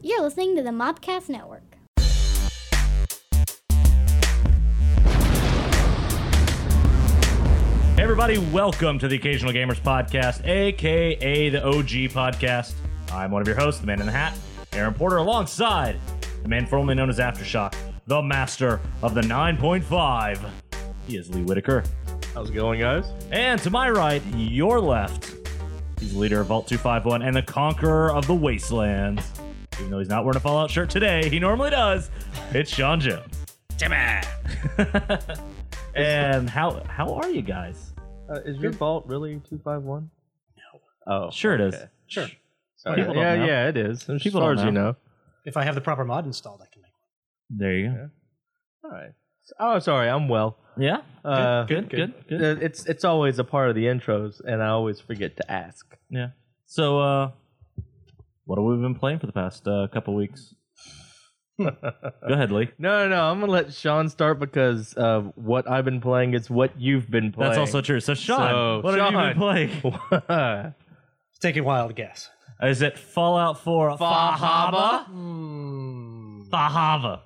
You're listening to the Mobcast Network. Hey everybody, welcome to the Occasional Gamers Podcast, aka the OG Podcast. I'm one of your hosts, the man in the hat, Aaron Porter, alongside the man formerly known as Aftershock, the master of the 9.5. He is Lee Whitaker. How's it going, guys? And to my right, your left, he's the leader of Vault 251 and the conqueror of the Wastelands. Even though he's not wearing a Fallout shirt today, he normally does. It's Sean Jones. Damn it! and how how are you guys? Uh, is your vault really two five one? No. Oh, Sure it is. okay. Sure. Sorry. People don't Yeah, know. yeah, it is. As People far don't as you know. If I have the proper mod installed, I can make There you go. All right. Oh, sorry. I'm well. Yeah. Uh, good, good, good. Uh, It's it's always a part of the intros, and I always forget to ask. Yeah. So, uh, what have we been playing for the past uh, couple weeks? Go ahead, Lee. No, no, no. I'm gonna let Sean start because uh, what I've been playing is what you've been playing. That's also true. So, Sean, So, what have you been Sean. playing? also. it. Take a wild guess. Is it Fallout 4 Fahaba? Hmm. Fahava.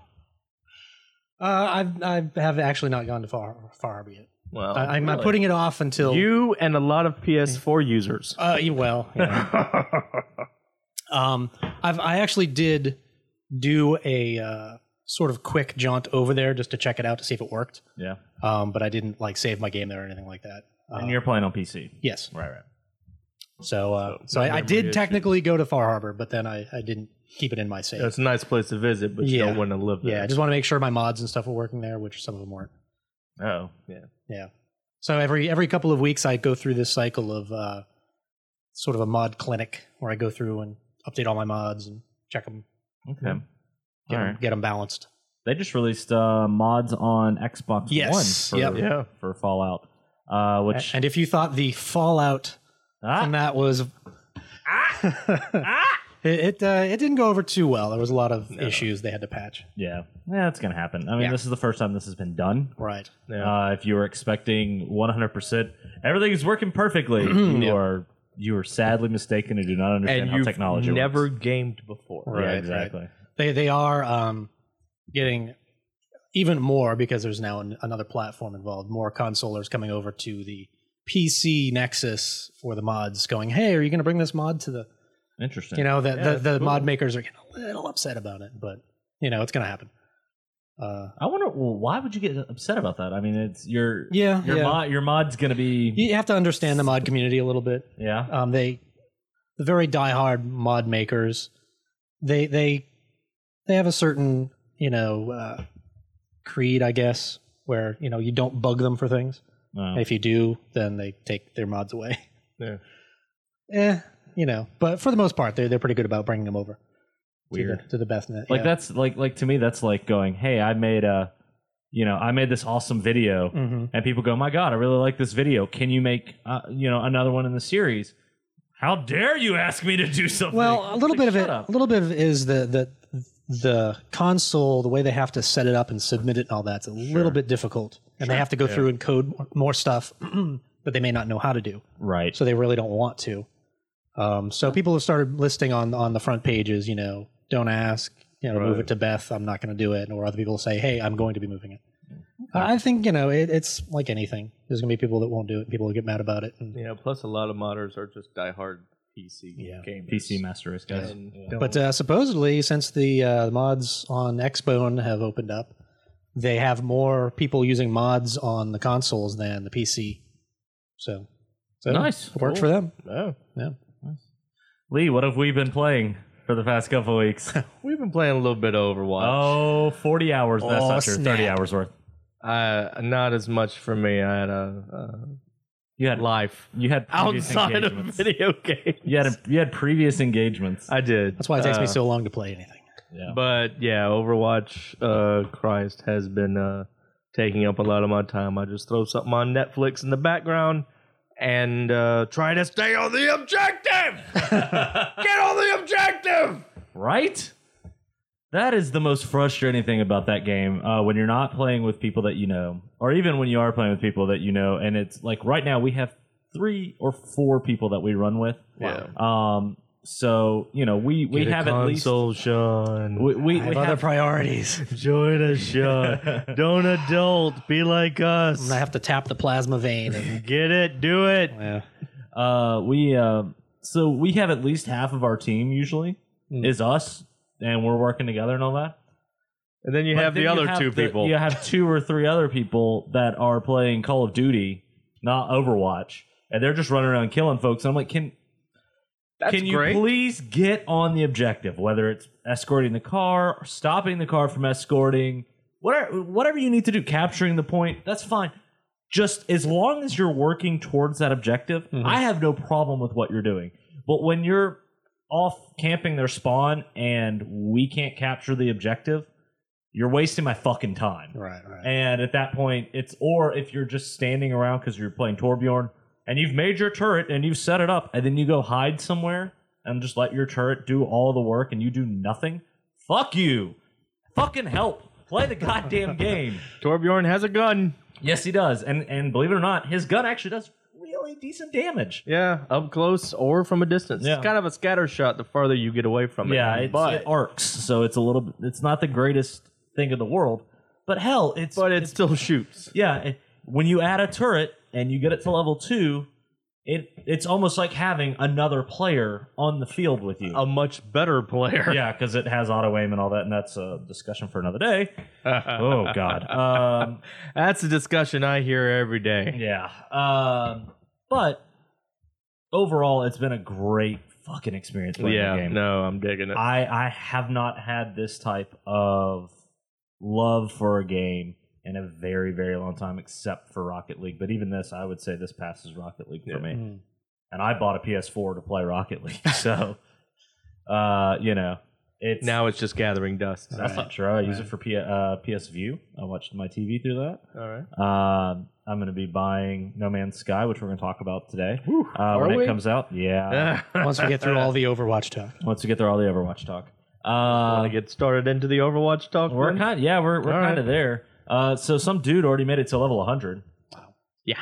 Uh, I've, I have actually not gone to far, far yet. well, I, I'm Oh, really. putting it off until you and a lot of PS4 users. Uh, you- well, yeah. um, I've I actually did do a uh, sort of quick jaunt over there just to check it out to see if it worked. Yeah. Um, but I didn't like save my game there or anything like that. Uh, And you're playing on PC. yes. Right, right. So uh, so, I, I memory did issues. technically go to Far Harbor, but then I, I didn't keep it in my save. It's a nice place to visit, but you Yeah. don't want to live there. Yeah, I just want to make sure my mods and stuff were working there, which some of them weren't. Oh. Yeah. So every every couple of weeks, I go through this cycle of uh, sort of a mod clinic where I go through and update all my mods and check them, Okay. get, All them, right. balanced. They just released uh, mods on Xbox Yes. One for, Yep. Yeah. for Fallout, uh, which And if you thought the fallout ah, Ah. from that was, it it, uh, it didn't go over too well. There was a lot of issues they had to patch. yeah, yeah, it's gonna happen. I mean, Yeah. this is the first time this has been done. Right. Yeah. Uh, if you were expecting 100%, everything is working perfectly, you are you are sadly mistaken and do not understand and how you've technology never works. gamed before. Right, yeah, right. exactly. They they are um, getting even more because there's now an, another platform involved. More consolers coming over to the PC Nexus for the mods, going, "Hey, are you going to bring this mod to the?" Interesting. You know, the Yeah, the, that's the cool. mod makers are getting a little upset about it, but you know, it's going to happen. Uh, I wonder well, why would you get upset about that? I mean, it's your yeah, your yeah. mod your mod's going to be you have to understand the mod community a little bit. yeah. um, they the very diehard mod makers they they they have a certain you know uh, creed i guess where you know you don't bug them for things Uh, if you do then they take their mods away Yeah. eh you know but for the most part they're, they're pretty good about bringing them over weird. to the, to the best net Like that's like like to me that's like going, "Hey, I made a you know, I made this awesome video." hmm and people go, "My God, I really like this video. Can you make uh, you know another one in the series?" How dare you ask me to do something? well a little Like, bit of shut it up. a little bit of it is the the the console the way they have to set it up and submit it and all that's a little bit difficult and they have to go through and code more- more stuff that they may not know how to do Right. so they really don't want to um, so people have started listing on on the front pages you know don't ask you know move Right. it to beth i'm not going to do it or other people say hey i'm going to be moving it I I think you know it, it's like anything. There's gonna be people that won't do it. People will get mad about it. and- Yeah, plus a lot of modders are just diehard PC Yeah. gamers. PC Master Race guys. And But uh, supposedly, since the uh, mods on Xbone have opened up, they have more people using mods on the consoles than the PC. So, so Nice. it worked Cool. for them. oh, Yeah. Lee, what have we been playing for the past couple weeks? we've been playing a little bit of Overwatch. oh, 40 hours. That's Oh, not true. 30 snap. hours worth. Oh. Uh, not as much for me. I had a You uh, had life you had previous outside of engagements. video games. you had you had previous engagements. I did. That's why it takes me Uh, so long to play anything. yeah. But yeah, Overwatch, uh, Christ has been uh, taking up a lot of my time. I just throw something on Netflix in the background and uh, try to stay on the objective. Get on the objective. right? That is the most frustrating thing about that game uh, when you're not playing with people that you know, or even when you are playing with people that you know, and it's like right now we have three or four people that we run with. Wow. Um, So you know, we we Get a have at least console, Sean. we we, I we have other have priorities. Join us, Sean. Don't adult. Be like us. I have to tap the plasma vein. And, Get it. Do it. yeah. uh we uh so we have at least half of our team usually Mm. is us and we're working together and all that. And then you But have then the other two the- people. You have two or three other people that are playing Call of Duty, not Overwatch, and they're just running around killing folks. And I'm like, can That's can you great. please get on the objective? Whether it's escorting the car, or stopping the car from escorting, whatever, whatever you need to do, capturing the point, that's fine. Just as long as you're working towards that objective, Mm-hmm. I have no problem with what you're doing. But when you're off camping their spawn and we can't capture the objective, you're wasting my fucking time. Right, right. And at that point, it's or if you're just standing around because you're playing Torbjorn and you've made your turret and you've set it up, and then you go hide somewhere and just let your turret do all the work and you do nothing. Fuck you. Fucking help. Play the goddamn game. Torbjorn has a gun. Yes, he does. And and believe it or not, his gun actually does really decent damage. Yeah, up close or from a distance. Yeah. It's kind of a scatter shot the farther you get away from it. Yeah, it's, but it arcs, so it's a little. bit- It's not the greatest thing in the world, but hell, it's but it still shoots. Yeah, it- when you add a turret and you get it to level two, it it's almost like having another player on the field with you. A much better player. yeah, because it has auto aim and all that, and that's a discussion for another day. oh God. Um, Uh, That's a discussion I hear every day. yeah. Um, but overall, it's been a great fucking experience playing yeah, the game. no, I'm digging it. I I have not had this type of love for a game in a very very long time, except for Rocket League. But even this, I would say this passes Rocket League for me. Mm. And I bought a PS4 to play Rocket League, so uh, you know it's now it's just gathering dust. That's not true. I use it for P- uh, PS View. I watched my TV through that. All right. Um, I'm going to be buying No Man's Sky, which we're going to talk about today uh, are when we? it comes out. Yeah, Hmm. Once we get through all the Overwatch talk. once we get through all the Overwatch talk. Want Uh, to get started into the Overwatch talk? We're one? kind, yeah, we're we're All kind of right. there. Uh, so some dude already made it to level 100. Yeah.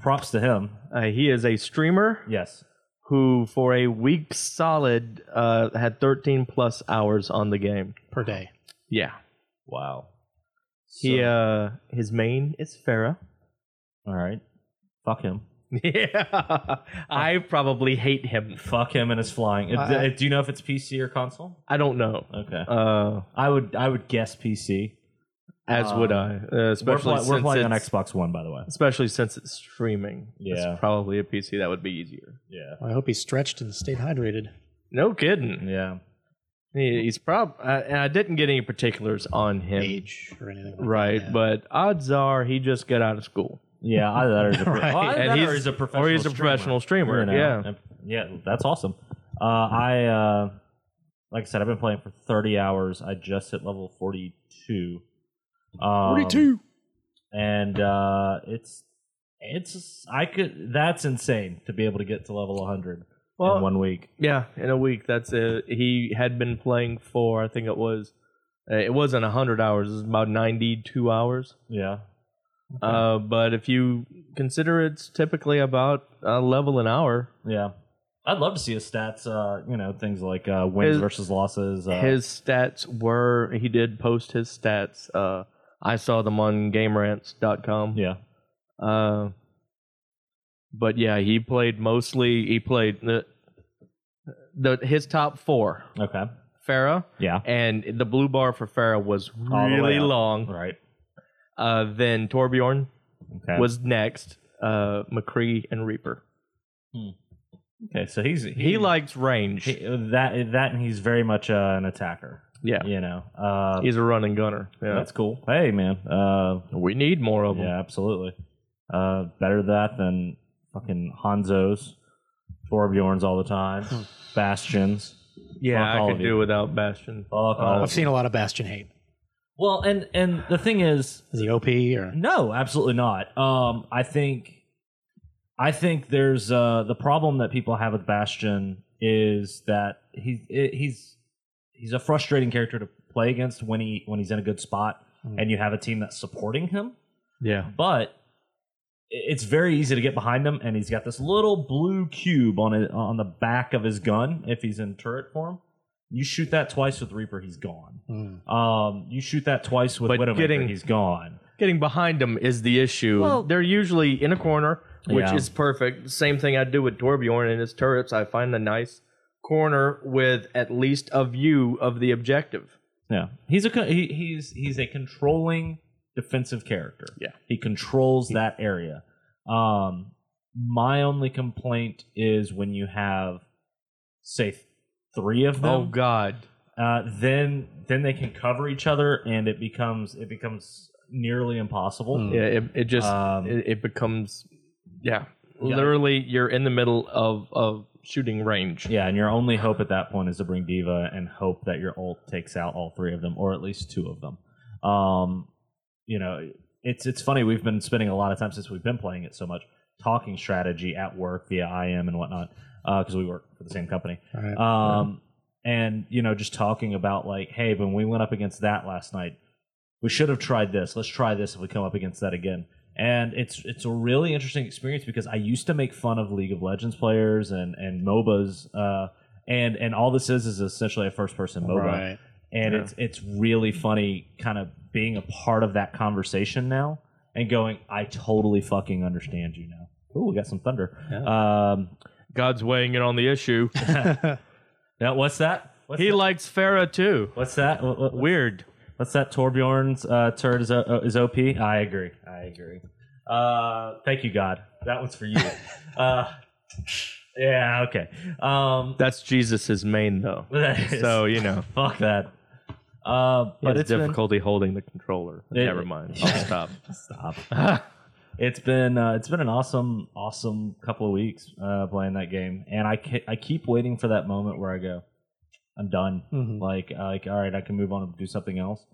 Props to him. Uh, he is a streamer Yes, who, for a week solid, uh, had 13 plus hours on the game. per day. Yeah. wow. He So- uh, his main is Farah. all right. Fuck him. Yeah, I probably hate him. Fuck him and his flying. Uh, I- do you know if it's PC or console? I don't know. Okay, Uh, I would I would guess PC. as Um, would I, uh, We're, especially pli- we're since playing on it's- Xbox One, by the way. Especially since it's streaming. Yeah. it's probably a PC that would be easier. Yeah, I hope he stretched and stayed hydrated. No kidding. yeah. He- He's prob. I, and I didn't get any particulars on him. Age or anything. like Right, that. but odds are he just got out of school, Yeah, either that or he's a, pro- Right. well, either And that or he's- he's a professional or he's a streamer. professional streamer. You know? Yeah, And- yeah, that's awesome. Uh, I uh, like I said, I've been playing for 30 hours. I just hit level 42. Um, and uh, it's it's I could that's insane to be able to get to level 100 in well, one week. yeah, in a week. That's it. He had been playing for, I think it was, uh, it wasn't hundred hours. It was about ninety-two hours. Yeah, Uh, but if you consider it's typically about a level an hour, yeah. I'd love to see his stats. Uh, you know, things like uh, wins His- versus losses. Uh, his stats were he did post his stats. Uh, I saw them on GameRants.com. yeah, Uh, but yeah, he played mostly. He played the the his top four. okay, Farah yeah, and the blue bar for Farah was All the way really up. long. right, Uh, then Torbjorn okay, was next. Uh, McCree and Reaper. okay. So he's He likes range. Hmm. he- that that, and he's very much uh, an attacker. yeah. You know, uh, He's a running gunner. Yeah. that's cool. Hey, man, uh, We need more of them. Yeah, absolutely. Uh, better that than fucking Hanzo's, Torbjorns all the time, Bastions. Fuck Yeah, all I of could you. do without Bastion. Fuck all. I've seen a lot of Bastion hate. Well, and and the thing is, Is he OP or no, absolutely not. Um, I think, I think there's uh, the problem that people have with Bastion is that he's he's he's a frustrating character to play against when he when he's in a good spot Mm. and you have a team that's supporting him. Yeah. But it's very easy to get behind him, and he's got this little blue cube on it on the back of his gun if he's in turret form. You shoot that twice with Reaper, he's gone. Hmm. Um, you shoot that twice with But Widowmaker, getting- he's gone. Getting behind them is the issue. Well- They're usually in a corner, which Yeah. is perfect. Same thing I do with Torbjorn and his turrets. I find a nice corner with at least a view of the objective. Yeah, he's a co- he, he's he's a controlling defensive character. Yeah. he controls that area. Um, my only complaint is when you have, say, three of them. Oh God. uh, then then they can cover each other, and it becomes it becomes nearly impossible. Hmm. Yeah, it, it just Um, it, it becomes yeah. Yeah. Literally you're in the middle of of shooting range. Yeah, and your only hope at that point is to bring Diva and hope that your ult takes out all three of them, or at least two of them. Um, you know, it's it's funny we've been spending a lot of time since we've been playing it so much talking strategy at work via IM and whatnot because we work for the same company. All right. Um, and you know, just talking about like, hey, when we went up against that last night, we should have tried this. Let's try this if we come up against that again. And it's it's a really interesting experience because I used to make fun of League of Legends players and and MOBAs, uh, and and all this is is essentially a first person MOBA, right. and Yeah. it's it's really funny kind of being a part of that conversation now and going, I totally fucking understand you now. Ooh, we got some thunder. Um, God's weighing in on the issue. now what's that? What's he that? likes Farah too. What's that? What, what, Weird. what's that? Torbjorn's uh, turd is, uh, is OP. I agree. I agree. Uh, thank you, God. That one's for you. uh, yeah. Okay. Um, That's Jesus's main though. that is- So you know, fuck that. Uh, but but it's it's been- difficulty holding the controller. It- Never mind. I'll stop. stop. it's been uh, it's been an awesome awesome couple of weeks uh, playing that game, and I ke- I keep waiting for that moment where I go, I'm done. Mhm. Like uh, like all right, I can move on and do something else.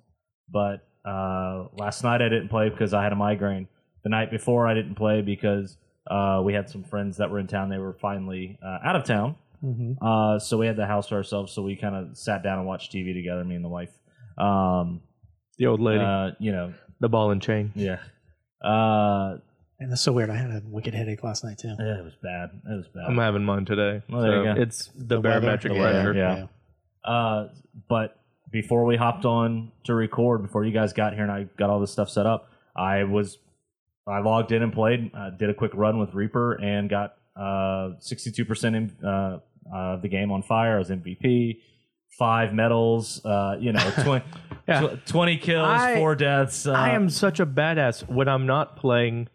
But uh, last night I didn't play because I had a migraine. The night before I didn't play because uh, we had some friends that were in town. They were finally uh, out of town, Mhm. uh, so we had the house to ourselves. So we kind of sat down and watched TV together, me and the wife. Um, The old lady, uh, you know, the ball and chain. yeah. Uh, And that's so weird. I had a wicked headache last night too. Yeah, it was bad. It was bad. I'm having mine today. Well, there you So go. It's the, The weather, barometric the pressure. weather, yeah. uh, but before we hopped on to record, before you guys got here and I got all this stuff set up, I was I logged in and played. Uh, did a quick run with Reaper and got uh, 62% in, uh, uh, the game on fire. I was MVP, five medals. Uh, you know, 20, Yeah. tw- 20 kills, I- four deaths. Uh, I am such a badass when I'm not playing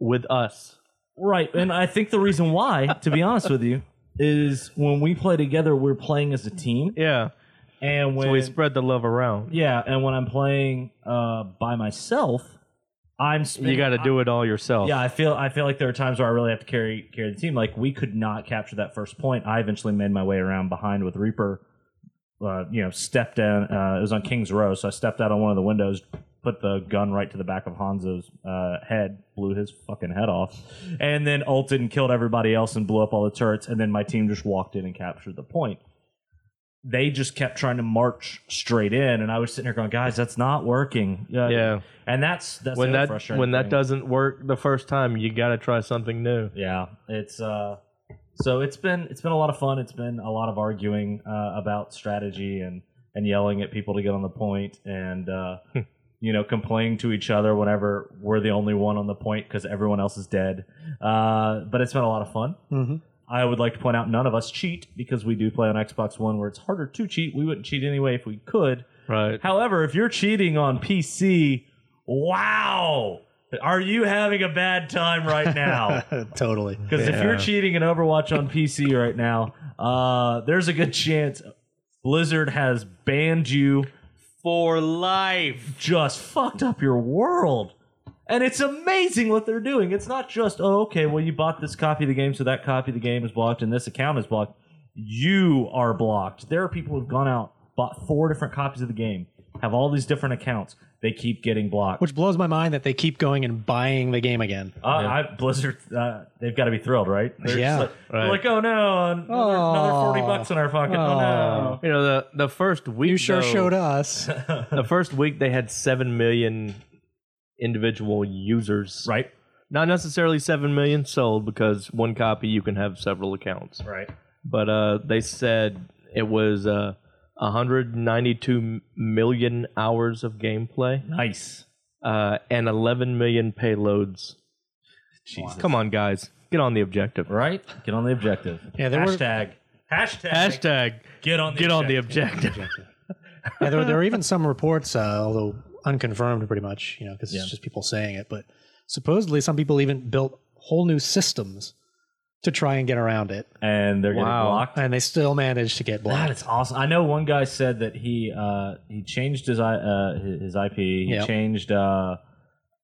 with us. Right, and I think the reason why, to be honest with you, is when we play together, we're playing as a team, Yeah. and when so we spread the love around. yeah, and when I'm playing uh, by myself, I'm spinning, You got to do it all yourself. yeah, I feel I feel like there are times where I really have to carry carry the team. Like we could not capture that first point. I eventually made my way around behind with Reaper. Uh, you know, stepped down. Uh, it was on King's Row, so I stepped out on one of the windows, put the gun right to the back of Hanzo's uh, head, blew his fucking head off, and then ulted and killed everybody else and blew up all the turrets. And then my team just walked in and captured the point. They just kept trying to march straight in, and I was sitting here going, "Guys, that's not working." Uh, Yeah. and that's that's when the other that frustrating when that thing. doesn't work the first time, you got to try something new. yeah it's uh so it's been it's been a lot of fun it's been a lot of arguing uh, about strategy and and yelling at people to get on the point and uh you know complaining to each other whenever we're the only one on the point because everyone else is dead uh but it's been a lot of fun Mhm. I would like to point out none of us cheat because we do play on Xbox One where it's harder to cheat. We wouldn't cheat anyway if we could. Right. However, if you're cheating on PC, wow, are you having a bad time right now? Mm-hmm. totally. Because if you're Yeah. cheating in Overwatch on PC right now, uh, there's a good chance Blizzard has banned you, For life. just fucked up your world. And it's amazing what they're doing. It's not just, oh, okay, well, you bought this copy of the game, so that copy of the game is blocked and this account is blocked. You are blocked. There are people who've gone out, bought four different copies of the game, have all these different accounts. They keep getting blocked. Which blows my mind that they keep going and buying the game again. Uh, I, Blizzard, uh, they've got to be thrilled, right? They're just Yeah. like, they're Right. like, oh no, another, another Aw. forty bucks in our pocket. Oh no. You know the the first week You sure though, showed us. The first week they had seven million individual users. Right. Not necessarily 7 million sold because one copy you can have several accounts. Right. But uh, they said it was uh, 192 million hours of gameplay Nice. uh, and 11 million payloads. Jesus. Come on, guys. Get on the objective. Right? Get on the objective. Yeah, there were- hashtag. Hashtag. Hashtag Get on the get on the objective. objective. Yeah, there, were- there were even some reports, uh, although unconfirmed, pretty much, you know, because Yeah. it's just people saying it. But supposedly, some people even built whole new systems to try and get around it, And they're getting Wow. blocked. and they still managed to get That blocked. is awesome. I know one guy said that he uh, he changed his I- uh, his his IP. He Yep. changed. Uh,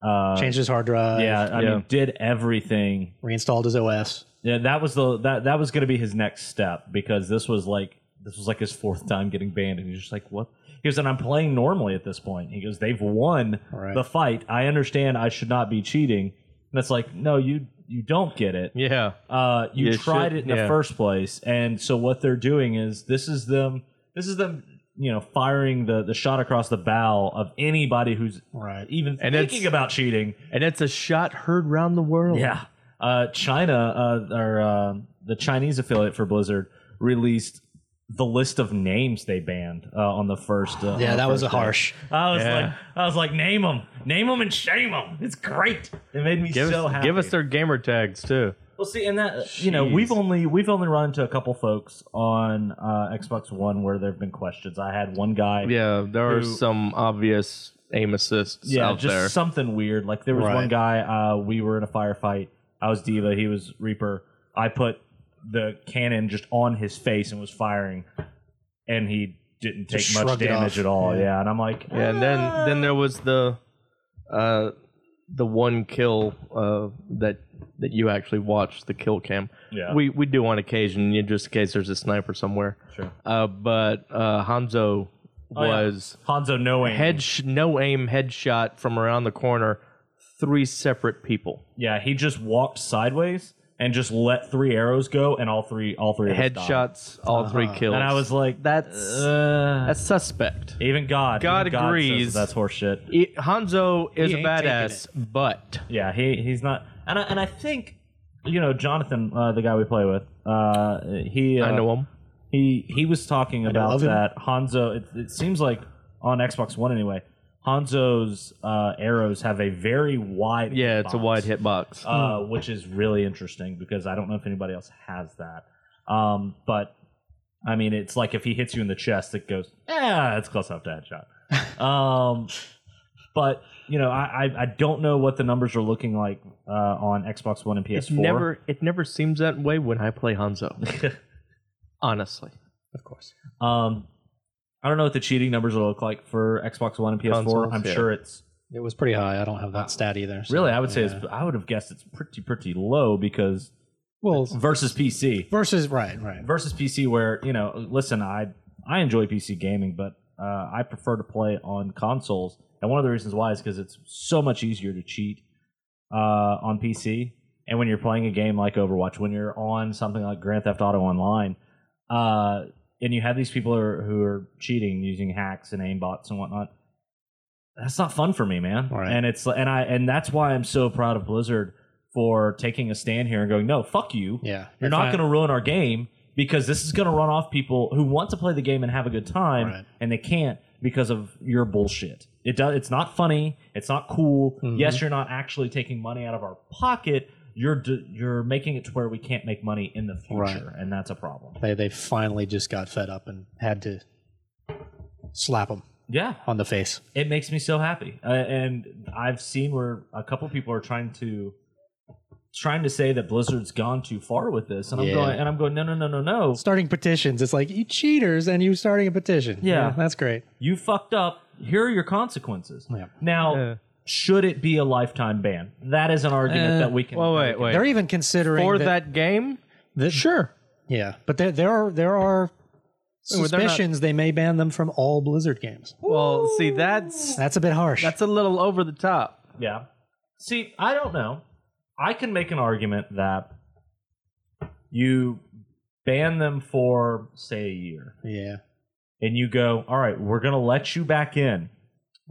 uh, Changed his hard drive. Yeah, I Yeah. mean, did everything. Reinstalled his OS. Yeah, that was the that that was going to be his next step because this was like this was like his fourth time getting banned, and he's just like, "What?" He goes, "And I'm playing normally at this point." He goes, "They've won Right. the fight. I understand. I should not be cheating." And it's like, no, you you don't get it. Yeah. Uh, you You tried should- it in the yeah. first place, and so what they're doing is this is them this is them you know firing the the shot across the bow of anybody who's Right. even And it's- thinking about cheating. And it's a shot heard round the world. Yeah. Uh, China, uh, or uh, the Chinese affiliate for Blizzard, released the list of names they banned uh, on the first. Uh, Yeah, on the that was first a day. harsh. I was Yeah. like, I was like, name them, name them, and shame them. It's great. It made me Give, so us, happy. give us their gamer tags, too. Well, see, and that you know, Jeez. we've only we've only run into a couple folks on uh, Xbox One where there have been questions. I had one guy. Yeah, there are Who- some obvious aim assists yeah, out just there. something weird. Like there was Right. one guy, uh, we were in a firefight. I was Diva, he was Reaper. I put the cannon just on his face and was firing, and he didn't take Just much shrugged it damage off. at all. Yeah. Yeah. and I'm like, Yeah, and then "Ah." then there was the uh the one kill uh that that you actually watched the kill cam. yeah, We we do on occasion, you- just in case there's a sniper somewhere. sure. Uh, but uh, Hanzo Oh, yeah. was Hanzo no aim. head sh- no aim headshot from around the corner, three separate people. yeah, he just walked sideways and just let three arrows go, and all three all three of us died. Headshots, all three kills. Uh-huh. And I was like, That's- uh, that's suspect. even God. God even says agrees. that that's horseshit. It, Hanzo is He a ain't taking badass, but Yeah, he he's not, and I, and I think you know Jonathan, uh, the guy we play with, uh, he uh, I know him. he he was talking about love him. that Hanzo. It, it seems like on Xbox One anyway, Hanzo's uh, arrows have a very wide Yeah, it's a hitbox, wide hitbox. uh, which is really interesting because I don't know if anybody else has that. Um, but I mean, it's like if he hits you in the chest, it goes yeah, it's close enough to headshot. um, but you know, I, I I don't know what the numbers are looking like uh, on Xbox One and PS4. It never it never seems that way when I play Hanzo. Honestly. Of course. Um, I don't know what the cheating numbers will look like for Xbox One and PS4. Consoles, I'm yeah. sure it's It was pretty high. I don't have that stat either. so- really. I would say yeah. it's. I would have guessed it's pretty pretty low because Well, versus PC versus, right, right. versus PC where you know. Listen, I I enjoy PC gaming, but uh, I prefer to play on consoles. And one of the reasons why is because it's so much easier to cheat uh, on PC. And when you're playing a game like Overwatch, when you're on something like Grand Theft Auto Online, uh, and you have these people who are, who are cheating using hacks and aimbots and whatnot, that's not fun for me, man. Right. And it's and I and that's why I'm so proud of Blizzard for taking a stand here and going, no, fuck you. Yeah. You're not going to ruin our game because this is going to run off people who want to play the game and have a good time, Right. and they can't because of your bullshit. It does. It's not funny. It's not cool. Mm-hmm. Yes, you're not actually taking money out of our pocket. You're d- you're making it to where we can't make money in the future, Right. and that's a problem. They, they finally just got fed up and had to slap him Yeah, on the face. it makes me so happy. Uh, and I've seen where a couple people are trying to trying to say that Blizzard's gone too far with this, and I'm Yeah. going and I'm going no no no no no. starting petitions. It's like you cheaters and you starting a petition. Yeah. that's great. You fucked up. Here are your consequences. Yeah. Now, Yeah. should it be a lifetime ban? That is an argument Uh, that we can. well, wait, wait. They're even considering For that, that game? that- Sure. Yeah, but there there are there Well, are they're not- suspicions they may ban them from all Blizzard games. Well, see that's That's a bit harsh. that's a little over the top. Yeah. See, I don't know. I can make an argument that you ban them for say a year, yeah, and you go, "All right, we're going to let you back in,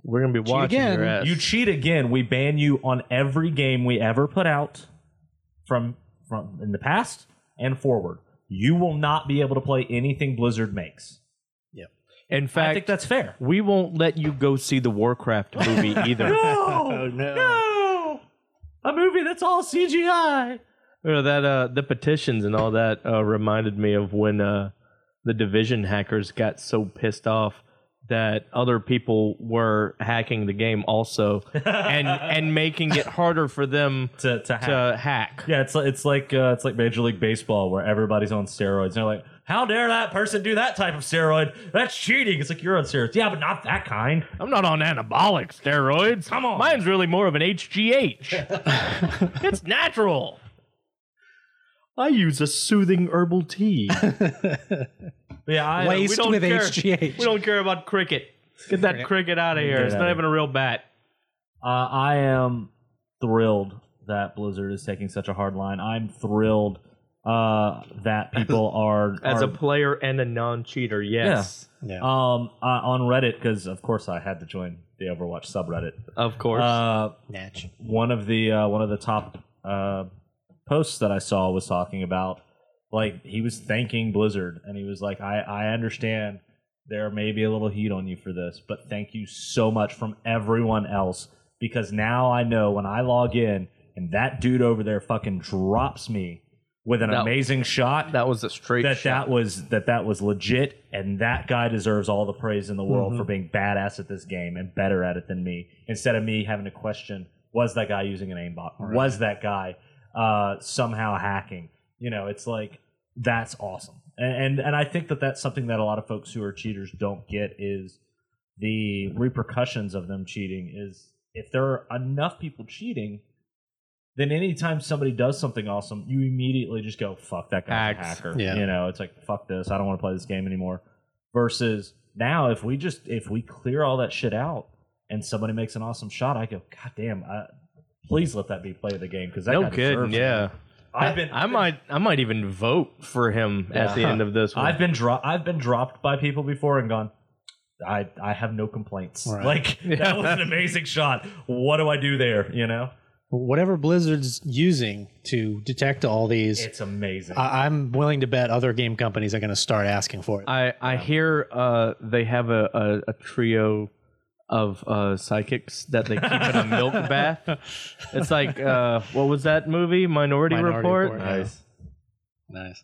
We're gonna be watching again. your ass. You cheat again, we ban you on every game we ever put out from from in the past and forward. You will not be able to play anything Blizzard makes. In I think fact, that's fair. we won't let you go see the Warcraft movie either. Oh, No, no. no, a movie that's all CGI. Or that uh, the petitions and all that uh, reminded me of when uh, the division hackers got so pissed off that other people were hacking the game also and and making it harder for them To to hack. to hack. Yeah, it's like it's like uh, it's like Major League Baseball where everybody's on steroids. And they're like, "How dare that person do that type of steroid? That's cheating." It's like you're on steroids. Yeah, but not that kind. I'm not on anabolic steroids. Come on. Mine's really more of an HGH. it's natural. I use a soothing herbal tea. Uh, Yeah, I, Wait. Laced don't with care. HGH. we don't care about cricket. Get that cricket out of here. It's outta not even a real bat. uh, I am thrilled that Blizzard is taking such a hard line. I'm thrilled uh, that people are As are, a player and a non-cheater, yes, yeah. um uh, on Reddit because of course I had to join the Overwatch subreddit. of course. Uh, Natch. one of the uh, one of the top uh, posts that I saw was talking about like he was thanking Blizzard and he was like, I, I understand there may be a little heat on you for this, but thank you so much from everyone else because now I know when I log in and that dude over there fucking drops me with an That- amazing shot that was a straight that shot. that was that that was legit and that guy deserves all the praise in the world for being badass at this game and better at it than me instead of me having to question was that guy using an aimbot was that guy uh, somehow hacking you know it's like that's awesome and, and and i think that that's something that a lot of folks who are cheaters don't get is the repercussions of them cheating is if there are enough people cheating then anytime somebody does something awesome, you immediately just go, fuck, that guy's Hacks. a hacker. Yeah. You know, it's like, fuck this. I don't want to play this game anymore. Versus now, if we just, if we clear all that shit out and somebody makes an awesome shot, I go, God damn, I, please let that be play of the game because that no guy kidding. deserves it." Yeah, I've been, I might, I might even vote for him at the end of this one. I've been dro- I've been dropped by people before and gone. I I have no complaints. Right. Like that was an amazing shot. What do I do there? You know, Whatever Blizzard's using to detect all these, it's amazing. I, I'm willing to bet other game companies are going to start asking for it. I, I hear uh, they have a, a, a trio of uh, psychics that they keep in a milk bath. It's like uh, what was that movie? Minority, Minority Report. Report. nice. nice.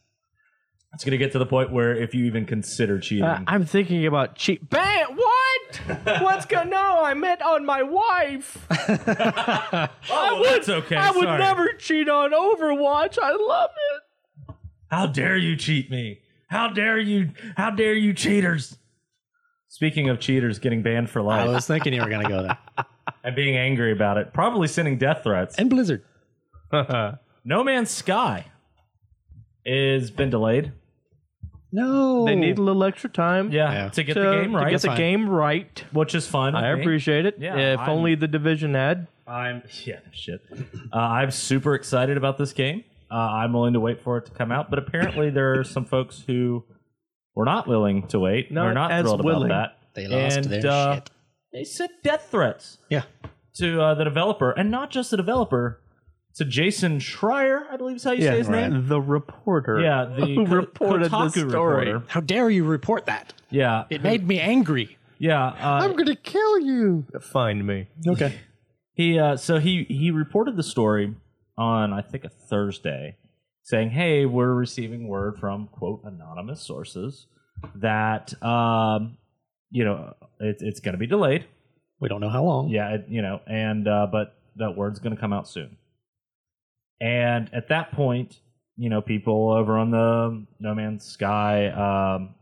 It's gonna get to the point where if you even consider cheating, Uh, I'm thinking about cheat. Bam! What? What's going? No, I meant on my wife. I would- Oh, That's okay. I would sorry. never cheat on Overwatch. I love it. How dare you cheat me? How dare you? How dare you, cheaters? Speaking of cheaters getting banned for I life was thinking you were going to go there. and being angry about it, probably sending death threats. And Blizzard. No Man's Sky is been delayed. No. They need a little extra time. Yeah, Yeah. to get to, the game To right, get the game right. which is fun. I with me. appreciate it. Yeah, if I'm- only the division had. I'm yeah shit. Uh, I'm super excited about this game. Uh, I'm willing to wait for it to come out, but apparently there are some folks who were not willing to wait. Not They're not as thrilled willing. about that. They lost and, their uh, shit. They sent death threats Yeah. to uh, the developer, and not just the developer, to Jason Schreier, I believe is how you say his name. The reporter. Yeah, the who Ko- reported Kotaku this story. reporter. How dare you report that? Yeah, It made me angry. yeah. Uh, gonna kill you. Find me. Okay. He uh, so he he reported the story on I think a Thursday, saying, "Hey, we're receiving word from quote anonymous sources that um, you know it, it's going to be delayed. We don't know how long. Yeah, it, you know, and uh, but that word's going to come out soon. And at that point, you know, people over on the um, No Man's Sky um,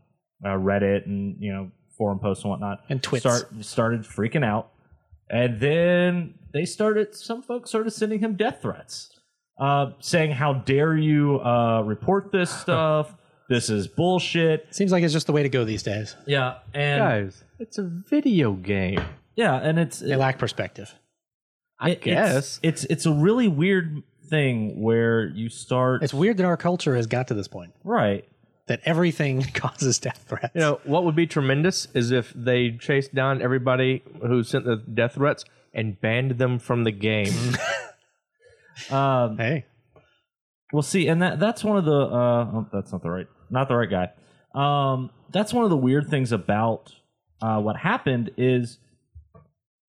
uh, Reddit and you know forum posts and whatnot And twits. start started freaking out, and then they started. Some folks started sending him death threats, uh, saying, "How dare you uh, report this stuff? this is bullshit." Seems like it's just the way to go these days. Yeah, and Guys, it's a video game. yeah, and it's They lack perspective. I It- it's- guess. it's, it's a really weird thing where you start It's weird that our culture has got to this point. right that everything causes death threats. You know, what would be tremendous is if they chased down everybody who sent the death threats and banned them from the game. Um, hey, Well, see, and that that's one of the uh, oh, that's not the right not the right guy. Um, that's one of the weird things about uh, what happened is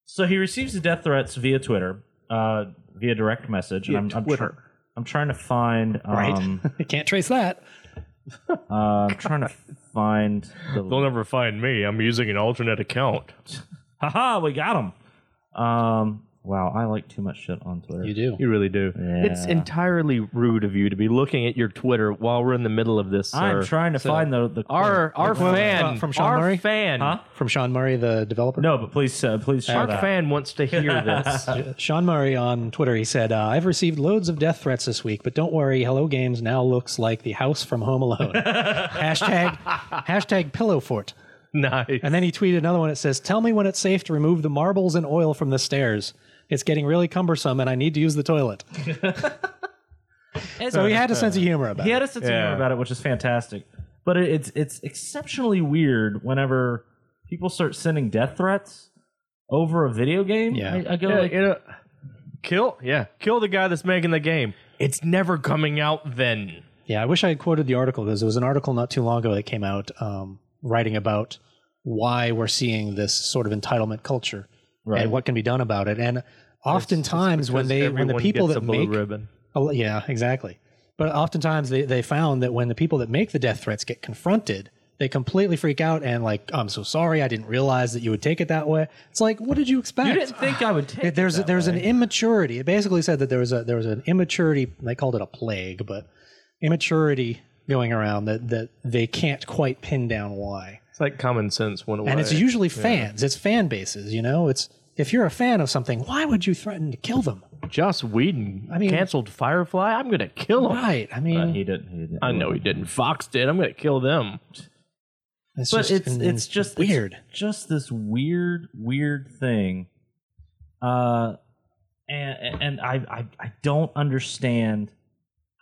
so he receives the death threats via Twitter, uh, via direct message. Via I'm, I'm Twitter. I'm trying to find um, right? you can't trace that. uh, I'm trying to find the never find me. I'm using an alternate account. haha. We got him. Um, wow, I like too much shit on Twitter. You do. You really do. It's Yeah. entirely rude of you to be looking at your Twitter while we're in the middle of this. Sir. uh, I'm trying to find the the Our our fan from Sean our Murray? fan Huh? From Sean Murray, the developer. no, but please uh, please share our that. fan wants to hear this. Sean Murray on Twitter, he said, uh, I've received loads of death threats this week, but don't worry, Hello Games now looks like the house from Home Alone. hashtag, hashtag pillow fort. nice. And then he tweeted another one that says, Tell me when it's safe to remove the marbles and oil from the stairs. It's getting really cumbersome and I need to use the toilet. so he had a sense of humor about He it. had a sense of Yeah. humor about it, which is fantastic. But it, it's it's exceptionally weird whenever people start sending death threats over a video game. Yeah. I, I go Yeah, like, you know, kill yeah, kill the guy that's making the game. It's never coming out then. Yeah, I wish I had quoted the article because there was an article not too long ago that came out um, writing about why we're seeing this sort of entitlement culture and what can be done about it. And oftentimes when they when the Everyone people gets a that blue make ribbon. Oh, yeah, exactly. But oftentimes they, they found that when the people that make the death threats get confronted, they completely freak out and like, I'm so sorry, I didn't realize that you would take it that way. It's like, what did you expect? you didn't think I would take It- it there's that there's way. an immaturity. It basically said that there was a there was an immaturity. They called it a plague, but immaturity going around that that they can't quite pin down why. It's like common sense went away. And it's usually fans. It's fan bases. You know, it's if you're a fan of something, why would you threaten to kill them? Joss Whedon I mean- canceled Firefly. I'm gonna kill him. Right. I mean, But he didn't. He didn't I know he didn't. Fox did. I'm gonna kill them. it's but just, it's and- and it's just it's weird. just this weird weird thing, uh, and and I I, I don't understand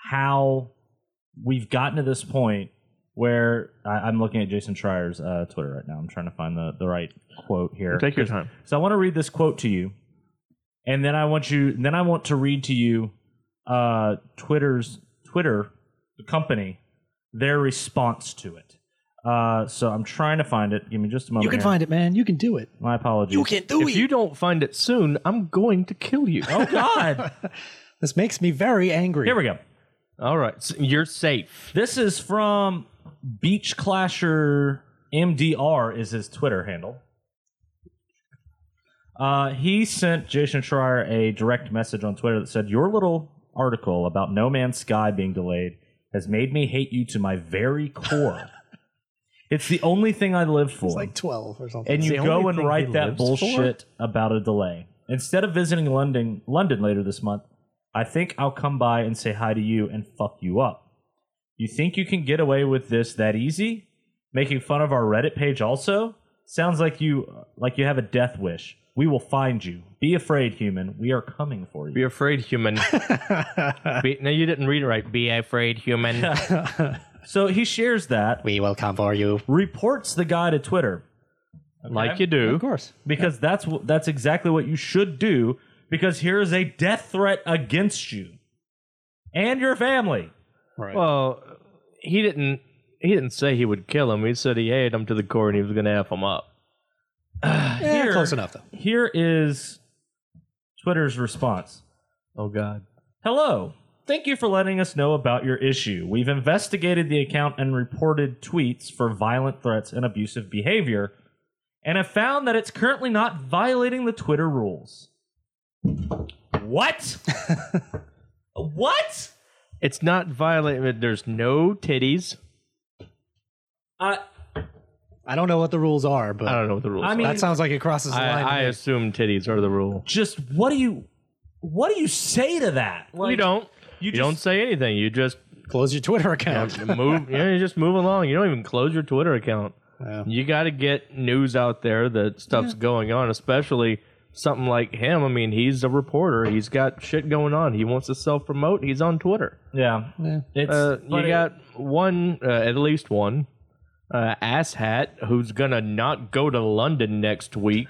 how we've gotten to this point where I, I'm looking at Jason Schreier's uh, Twitter right now. I'm trying to find the the right quote here. Take your time. So I want to read this quote to you, and then I want you. Then I want to read to you uh, Twitter's Twitter, the company, their response to it. Uh, so I'm trying to find it. Give me just a moment. you can here. find it, man. You can do it. My apologies. You can do If it. you don't find it soon, I'm going to kill you. Oh God! this makes me very angry. here we go. All right, so you're safe. This is from Beach Clasher MDR is his Twitter handle. Uh, he sent Jason Schreier a direct message on Twitter that said, "Your little article about No Man's Sky being delayed has made me hate you to my very core. it's the only thing I live for." It's like 12 or something. and It's you the go only and thing write he that lives for? bullshit about a delay. Instead of visiting London, London later this month, I think I'll come by and say hi to you and fuck you up. You think you can get away with this that easy? Making fun of our Reddit page also sounds like you like you have a death wish. We will find you. Be afraid, human. We are coming for Be you. afraid, human. Be, no, you didn't read it right. Be afraid, human. So he shares that, we will come for you. reports the guy to Twitter. Like you Of do. course. because that's wh- that's exactly what you should do because here is a death threat against you and your family Right. Well, he didn't. He didn't say he would kill him. He said he hated him to the core and he was going to f him up. yeah, here- close enough, though. here is twitter's response Oh God. hello thank you for letting us know about your issue we've investigated the account and reported tweets for violent threats and abusive behavior and have found that it's currently not violating the twitter rules what what It's not violent. There's no titties. uh, I don't know what the rules are, but I don't know what the rules. I mean- are. that sounds like it crosses the line. to Uh, I, I me. assume titties are the rule. just what do you what do you say to that like, you don't. you You, just- don't say anything. You just Close your Twitter account. move. yeah, you just move along. You don't even close your Twitter account. Yeah. You got to get news out there that stuff's going on, especially something like him, I mean, he's a reporter. He's got shit going on. He wants to self promote. He's on Twitter. Yeah. It's Uh, you but it- got one, uh, at least one, uh, asshat who's gonna not go to London next week.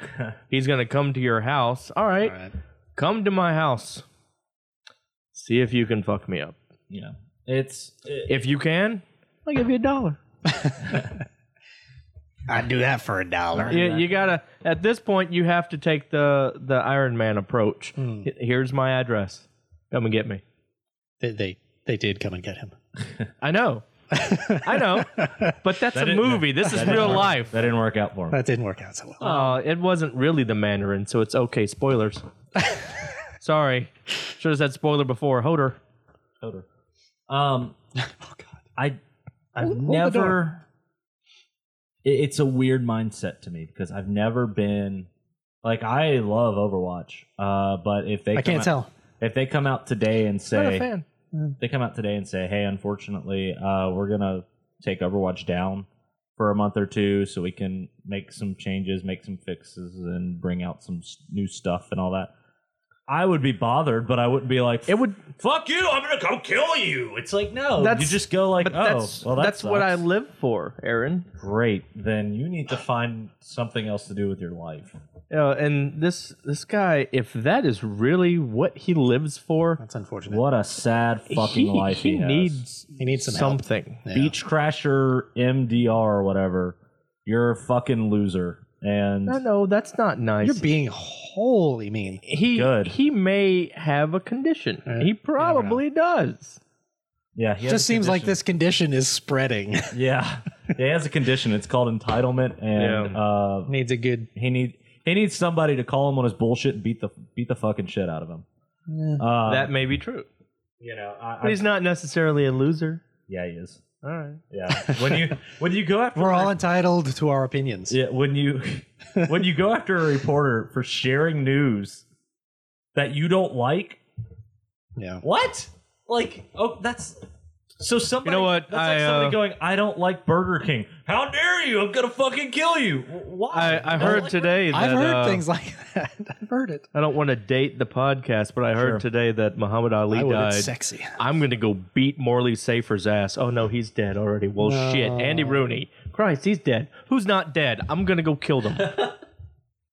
He's gonna come to your house. All right, All right. come to my house. See if you can fuck me up. yeah. It's it- If you can, I'll give you a dollar. I'd do that for a dollar. You, you gotta. At this point, you have to take the the Iron Man approach. Hmm. H- Here's my address. Come and get me. They, they they did come and get him. I know. I know. But that's That a didn't- movie. This that is didn't real work- life. That didn't work out for me. That didn't work out so well. Oh, it wasn't really the Mandarin, so it's okay. Spoilers. Sorry. Should have said spoiler before. Hoder. Um, Oh God. I I've Hold- hold the never. It, it's a weird mindset to me because I've never been like I love Overwatch, uh, but if they I come can't out- tell. if they come out today and Not a say fan. they come out today and say, hey, unfortunately, uh, we're gonna take Overwatch down for a month or two so we can make some changes, make some fixes, and bring out some s- new stuff and all that. I would be bothered, but I wouldn't be like, It would fuck you, I'm gonna go kill you. It's like no, That's- you just go like, oh, but that's well, that that's what I sucks. live for, Aaron. Great, then you need to find something else to do with your life. Uh, and this this guy, if that is really what he lives for, That's unfortunate. What a sad fucking he, life he, he, has. needs He needs some help. something. Yeah. Beach Crasher MDR or whatever. You're a fucking loser, and No, no, that's not nice. You're being wholly mean. he good. he may have a condition. Yeah, he you never know. probably does. yeah, he It has just a seems like condition. this condition is spreading. Yeah, he has a condition. It's called entitlement, and Yeah. uh, needs a good. he need he needs somebody to call him on his bullshit and beat the beat the fucking shit out of him. Uh, that may be true, you know, I, but I, he's not necessarily a loser. yeah, he is. All right. Yeah, when you when you go after We're all entitled to our opinions. Yeah, when you when you go after a reporter for sharing news that you don't like, Yeah. what? Like, oh, that's so somebody. You know what? That's like I, somebody uh, going, "I don't like Burger King. How dare you? I'm gonna fucking kill you." W- Why? I, I You don't heard like today that I've heard uh, things like that. I've heard it. I don't want to date the podcast, but I heard Sure. today that Muhammad Ali I would. died. It's sexy. I'm going to go beat Morley Safer's ass. Oh no, he's dead already. Well, shit, Andy Rooney. Christ, he's dead. Who's not dead? I'm going to go kill them. Burger-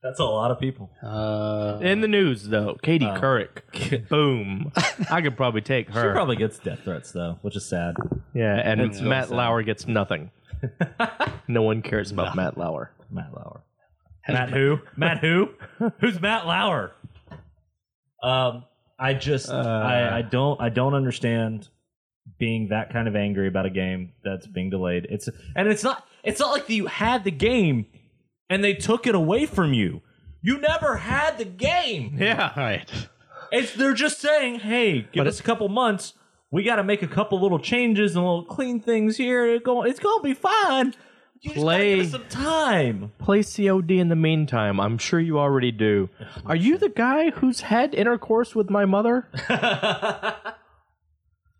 That's a lot of people. Uh, In the news though, Katie Couric. Boom. I could probably take She her. probably gets death threats though, which is sad. yeah, and Matt sad. Lauer gets nothing. no one cares about Matt Lauer. Matt Lauer. Matt who? Matt who? Who's Matt Lauer? Um, I just I, I don't I don't understand being that kind of angry about a game that's being delayed. It's and it's not it's not like you had the game and they took it away from you. You never had the game. Yeah. all right. It's they're just saying, hey, give us a couple months. We got to make a couple little changes and little clean things here. It go, it's gonna be fine. You just gotta Play- give us some time. Play COD in the meantime. I'm sure you already do. Are you the guy who's had intercourse with my mother?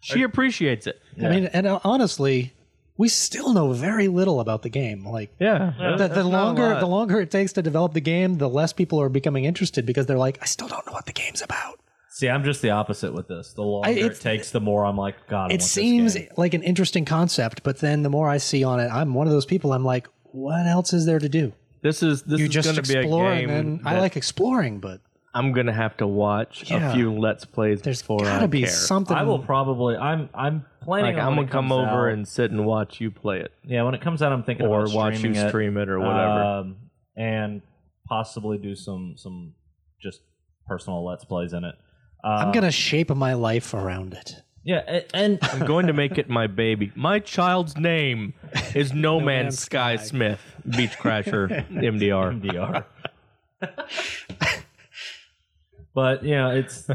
she appreciates it. I mean, and uh, honestly, we still know very little about the game. Like Yeah. the, the longer the longer it takes to develop the game, the less people are becoming interested because they're like, I still don't know what the game's about. See, I'm just the opposite with this. The longer I- it it's- takes, the more I'm like, God. I want It this seems game. like an interesting concept, but then the more I see on it, I'm one of those people. I'm like, what else is there to do? This is this You is just going to be a explore, game. and then I that like exploring, but I'm going to have to watch Yeah. a few let's plays there's before gotta I be care. something. I will probably. I'm. I'm planning. like on I'm when gonna it come comes over out- and sit and watch you play it, yeah, when it comes out, I'm thinking or about watch you streaming it, stream it, or whatever. um, and possibly do some some just personal let's plays in it. Uh, I'm gonna shape my life around it. yeah, a- and I'm going to make it my baby. My child's name is No, Man's, Man's Sky, Sky. Smith, Beach Crasher, MDR. MDR. but you know, it's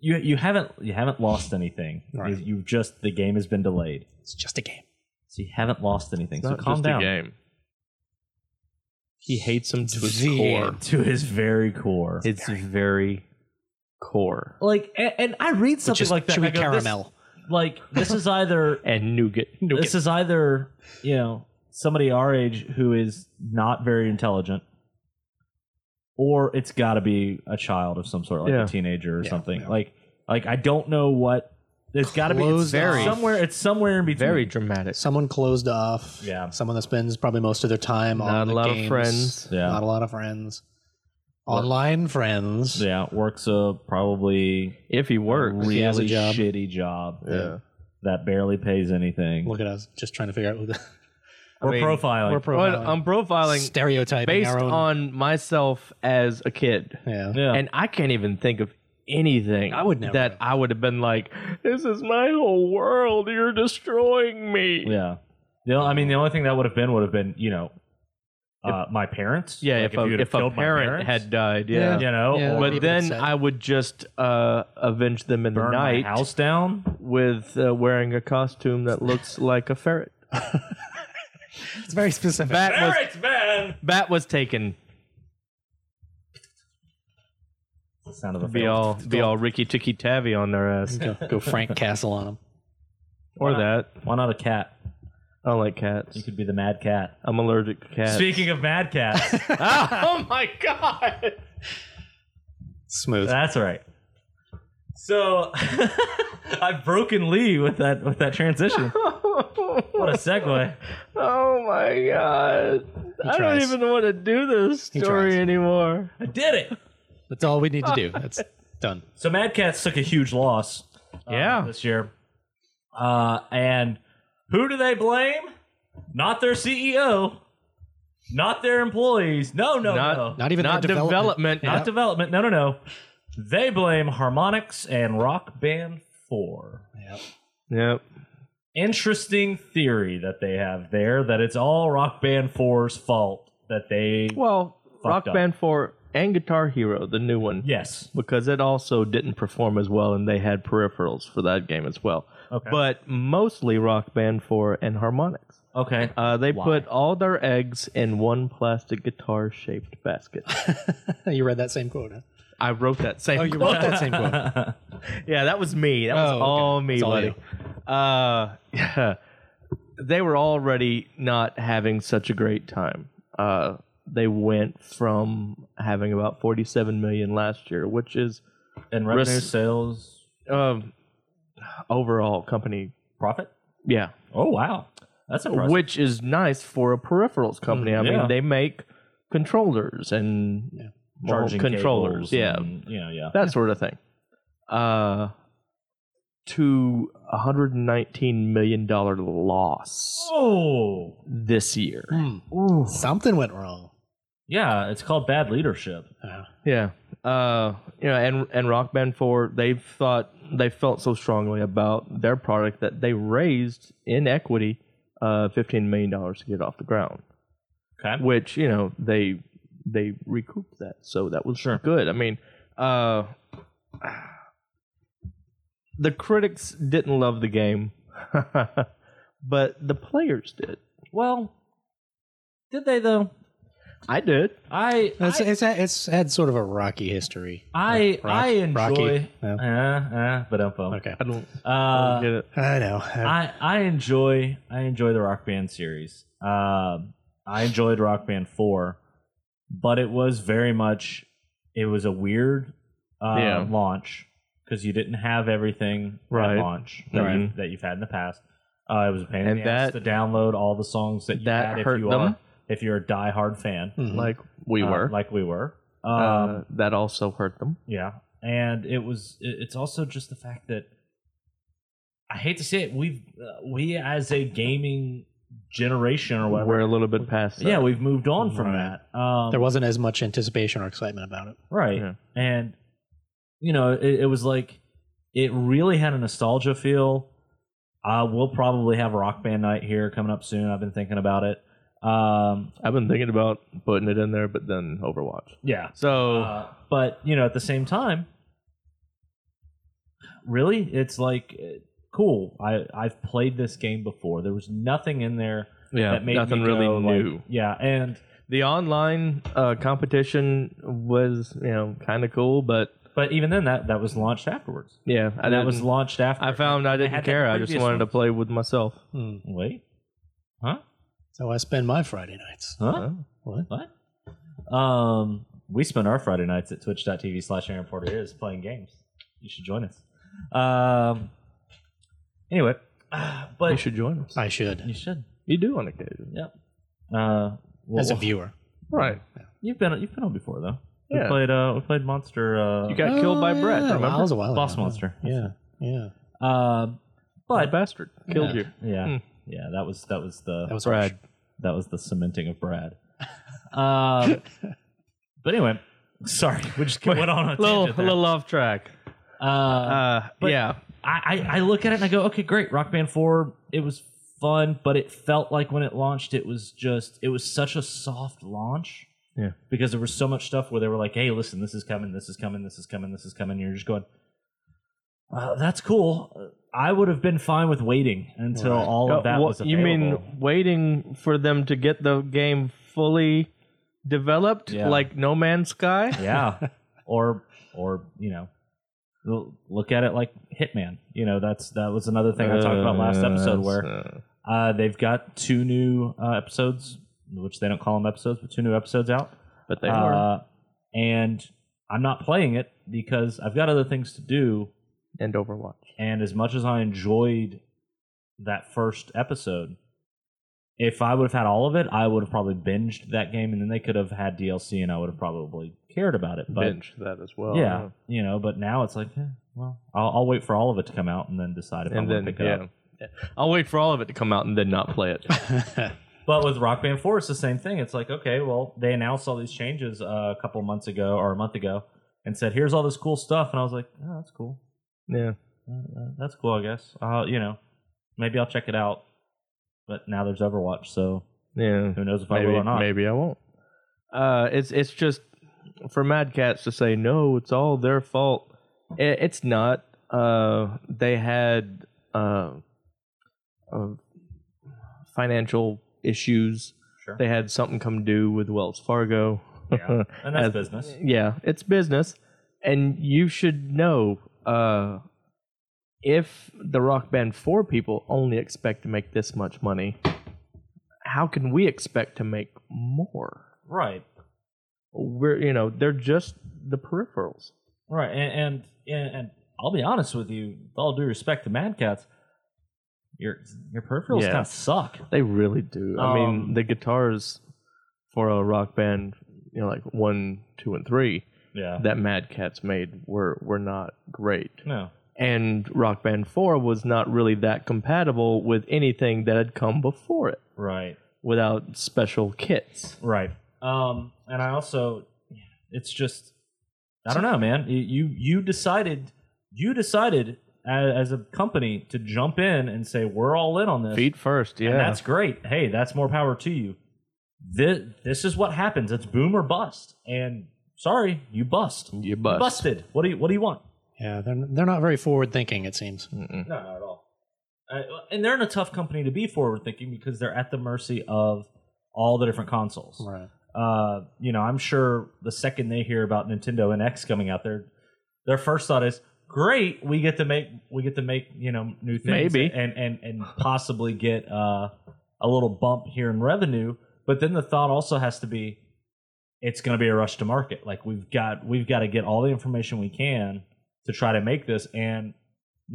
you you haven't you haven't lost anything. Right. You, have just the game has been delayed, It's just a game. so you haven't lost anything. so Not calm just down. a game. He hates him to his The core. end. To his very core, It's very core like, and, and I read something Just like that. and I chewy go, caramel. This, like, this is either and nougat. nougat. this is either you know somebody our age who is not very intelligent or it's got to be a child of some sort, like Yeah. a teenager or Yeah, something. yeah. Like, like I don't know what it's got to be. It's Closed very off. somewhere. It's somewhere in between. Very dramatic. Someone closed off. Yeah. Someone that spends probably most of their time Not on a the lot of games. friends. Yeah. Not a lot of friends. Online friends. yeah. Works a probably If he works. really has a job. shitty job. Yeah. That barely pays anything. Look at us just trying to figure out who the we're I mean, profiling. we're But profiling. I'm profiling stereotyping based our own. on myself as a kid. yeah. yeah. And I can't even think of anything I would never. that I would have been like, this is my whole world. You're destroying me. Yeah. The o- I mean, the only thing that would have been would have been, you know, uh, my parents. Yeah, Like, if, you'd a, have if a killed my parent parents, had died, Yeah. yeah. you know, Yeah, or that'd But be a bit then sad. I would just uh, avenge them in burn the night my house down. with uh, wearing a costume that looks like a ferret. It's very specific. Bat was man. bat was taken. The sound of a Be fail. all be all Ricky Ticky Tavi on their ass, go, go Frank Castle on them. or that. Why not a cat? I don't like cats. You could be the mad cat. I'm allergic to cats. Speaking of mad cats, oh my god! Smooth. that's right. So I've broken Lee with that with that transition. What a segue. Oh my god! I don't tries. even want to do this He story tries. anymore. I did it. That's all we need to do. That's done. So Mad Cats took a huge loss. uh, Yeah. this year. Uh, and who do they blame? Not their CEO. Not their employees. No, no, Not- no. Not even Not their development. Not development. No, no, no. They blame Harmonix and Rock Band 4. Yep. Yep. Interesting theory that they have there that it's all Rock Band 4's fault that they. Well, Rock up. Band Four and Guitar Hero, the new one. Yes. because it also didn't perform as well and they had peripherals for that game as well. Okay. But mostly Rock Band 4 and Harmonix. Okay. Uh, they Why? put all their eggs in one plastic guitar shaped basket. You read that same quote, huh? I wrote that same. Oh, you wrote that same quote. yeah, that was me. That Oh, was okay. all me, It's all buddy. Uh, yeah. They were already not having such a great time. Uh, they went from having about 47 million last year, which is and revenue, Res- sales, um, overall company. profit? Yeah, Oh, wow. That's impressive. Mm, which is nice for a peripherals company. I yeah. mean, they make controllers and well, controllers, cables yeah, and- yeah, yeah. that sort of thing. Uh, to 119 million dollar loss Oh, this year. Hmm. Something went wrong. yeah. It's called bad leadership. Uh, Yeah. Uh, you know, and and Rock Band Four, they thought they felt so strongly about their product that they raised in equity, uh, fifteen million dollars to get it off the ground. Okay. which you know they they recouped that, so that was good. I mean, uh, the critics didn't love the game, but the players did. Well, did they though? I did. I it's, I it's, had- it's had sort of a rocky history. I, Rock- I enjoy. Rocky. No. Uh, uh, but um, Okay. I don't, Uh, get it. I know. I, I I enjoy I enjoy the Rock Band series. Um, I enjoyed Rock Band Four, but it was very much it was a weird uh, Yeah. launch because you didn't have everything Right. at launch that, Right. you, that you've had in the past. Uh, it was a pain And in the ass that- to download all the songs that you that had if hurt you them. are if you're a diehard fan Like we uh, were. like we were. Um, uh, that also hurt them. yeah, and it was. it- It's also just the fact that I hate to say it. We've uh, we as a gaming generation or whatever. We're a little bit past. That. yeah, we've moved on from Right. that. Um, there wasn't as much anticipation or excitement about it. right, Yeah. and you know, it, it was like it really had a nostalgia feel. Uh, we'll probably have rock band night here coming up soon. I've been thinking about it. Um, I've been thinking about putting it in there, but then Overwatch. yeah, So Uh, but you know, at the same time, really, it's like eh, cool. I I've played this game before. There was nothing in there yeah, that made nothing me really go, like- new. yeah, and the online uh, competition was you know kind of cool, but but even then, that that was launched afterwards. yeah, I And that was didn't- launched after. I found I didn't had that care. I just previous wanted to one. play with myself. Wait, huh? So I spend my Friday nights. Huh? Oh. What? Um, We spend our Friday nights at twitch.tv slash Aaron Porter is playing games. You should join us. Um, anyway, but You should join us. I should, You should. You do on occasion. Yep. Uh, well, as a viewer. Right. you've been you've been on before though. We Yeah. played uh we played monster uh You got killed by Oh, Brett, yeah. remember? Wow, that was a while boss ago. monster. Yeah, yeah. Uh, That but bastard. Killed Yeah. you. yeah. Hmm. Yeah, that was that was the That was Brad. harsh. that was the cementing of Brad. Um, but anyway, sorry, we just went on a little, tangent there. little off track. Uh, Uh, but- yeah. I, I I look at it and I go, okay, great. Rock Band 4, it was fun, but it felt like when it launched, it was just, it was such a soft launch. Yeah. Because there was so much stuff where they were like, hey, listen, this is coming, this is coming, this is coming, this is coming. And you're just going, uh, that's cool. I would have been fine with waiting until Right. all Uh, of that wha- was you available. mean waiting for them to get the game fully developed, Yeah. like No Man's Sky? yeah. Or, or, you know, l- look at it like Hitman. You know, that's, that was another thing I talked about last Uh, episode where. so- Uh, they've got two new uh, episodes, which they don't call them episodes, but two new episodes out. but they are. uh, and I'm not playing it because I've got other things to do. And Overwatch. And as much as I enjoyed that first episode, if I would have had all of it, I would have probably binged that game, and then they could have had DLC, and I would have probably cared about it. But Bench that as well. yeah, you know. But now it's like, eh, well, I'll, I'll wait for all of it to come out and then decide if I And want then, to pick it up. yeah. I'll wait for all of it to come out and then not play it. But with Rock Band 4, it's the same thing. It's like, okay, well, they announced all these changes uh, a couple months ago or a month ago and said, here's all this cool stuff. And I was like, oh, that's cool. yeah. Uh, uh, that's cool, I guess. Uh, you know, maybe I'll check it out. But now there's Overwatch, so Yeah. who knows if I maybe, will or not. Maybe I won't. Uh, it's it's just for Mad Cats to say no. It's all their fault. It, it's not. Uh, they had uh, uh, financial issues. Sure. They had something come due with Wells Fargo. Yeah. And that's As- business. Yeah, it's business, and you should know uh, if the Rock Band Four people only expect to make this much money, how can we expect to make more? Right. We're you know they're just the peripherals. Right, and and, and and I'll be honest with you, with all due respect to Mad Cats, your your peripherals Yeah. kind of suck. They really do. I Um, mean, the guitars for a rock band, you know, like one, two, and three Yeah. that Mad Cats made were were not great. no. and Rock Band 4 was not really that compatible with anything that had come before it Right. without special kits. Right. Um, and I also, it's just, I don't know, man. You you, you decided, you decided as, as a company to jump in and say we're all in on this. Feet first, yeah. And that's great. Hey, that's more power to you. This this is what happens. It's boom or bust. And sorry, you bust. you bust. Busted. What do you What do you want? yeah, they're they're not very forward thinking. It seems. Mm-mm. No, not at all. Uh, and they're in a tough company to be forward thinking because they're at the mercy of all the different consoles. Right. uh, you know, I'm sure the second they hear about Nintendo NX coming out, their their first thought is, "Great, we get to make we get to make you know new things, Maybe. and and and possibly get uh, a little bump here in revenue." But then the thought also has to be, it's going to be a rush to market. Like we've got we've got to get all the information we can to try to make this and.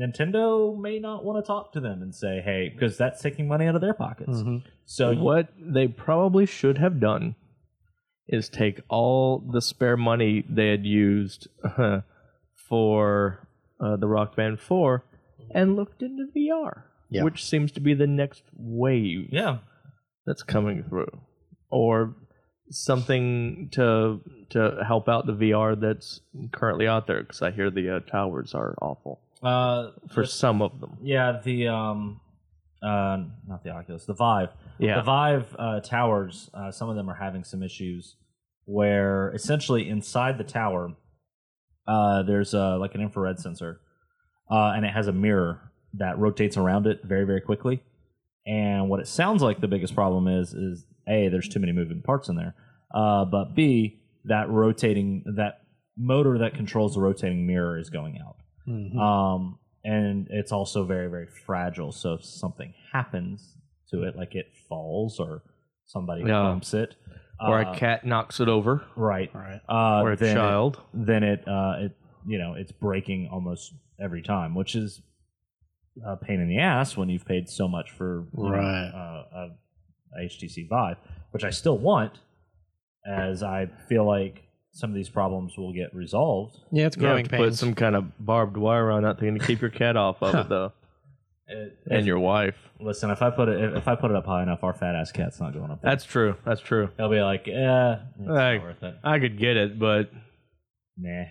Nintendo may not want to talk to them and say, "Hey," because that's taking money out of their pockets. So you- Mm-hmm. what they probably should have done is take all the spare money they had used uh-huh, for uh, the Rock Band 4 and looked into VR, Yeah. which seems to be the next wave. yeah, that's coming through or something to to help out the VR that's currently out there cuz I hear the uh, towers are awful uh, for some of them. Yeah, the um, uh, not the Oculus, the Vive. Yeah. The Vive uh, towers. Uh, some of them are having some issues where essentially inside the tower, uh, there's uh, like an infrared sensor, uh, and it has a mirror that rotates around it very very quickly. And what it sounds like the biggest problem is is a there's too many moving parts in there, uh, but b that rotating that motor that controls the rotating mirror is going out Hmm. Mhm. um, and it's also very very fragile so if something happens to it like it falls or somebody Yeah. bumps it or Uh, a cat knocks it over, right? Right. Uh, or a then it- child. then it uh, it you know it's breaking almost every time, which is a pain in the ass when you've paid so much for you know, Right. uh, a, a HTC Vive, which I still want, as I feel like some of these problems will get resolved. Yeah, it's You have growing to put pains. some kind of barbed wire around that thing to keep your cat off of it, though, and your wife. Listen, if I put it if I put it up high enough, our fat ass cat's not going up there. That's true. That's true. They'll be like, eh, it's Like- not worth it. I could get it, but Nah.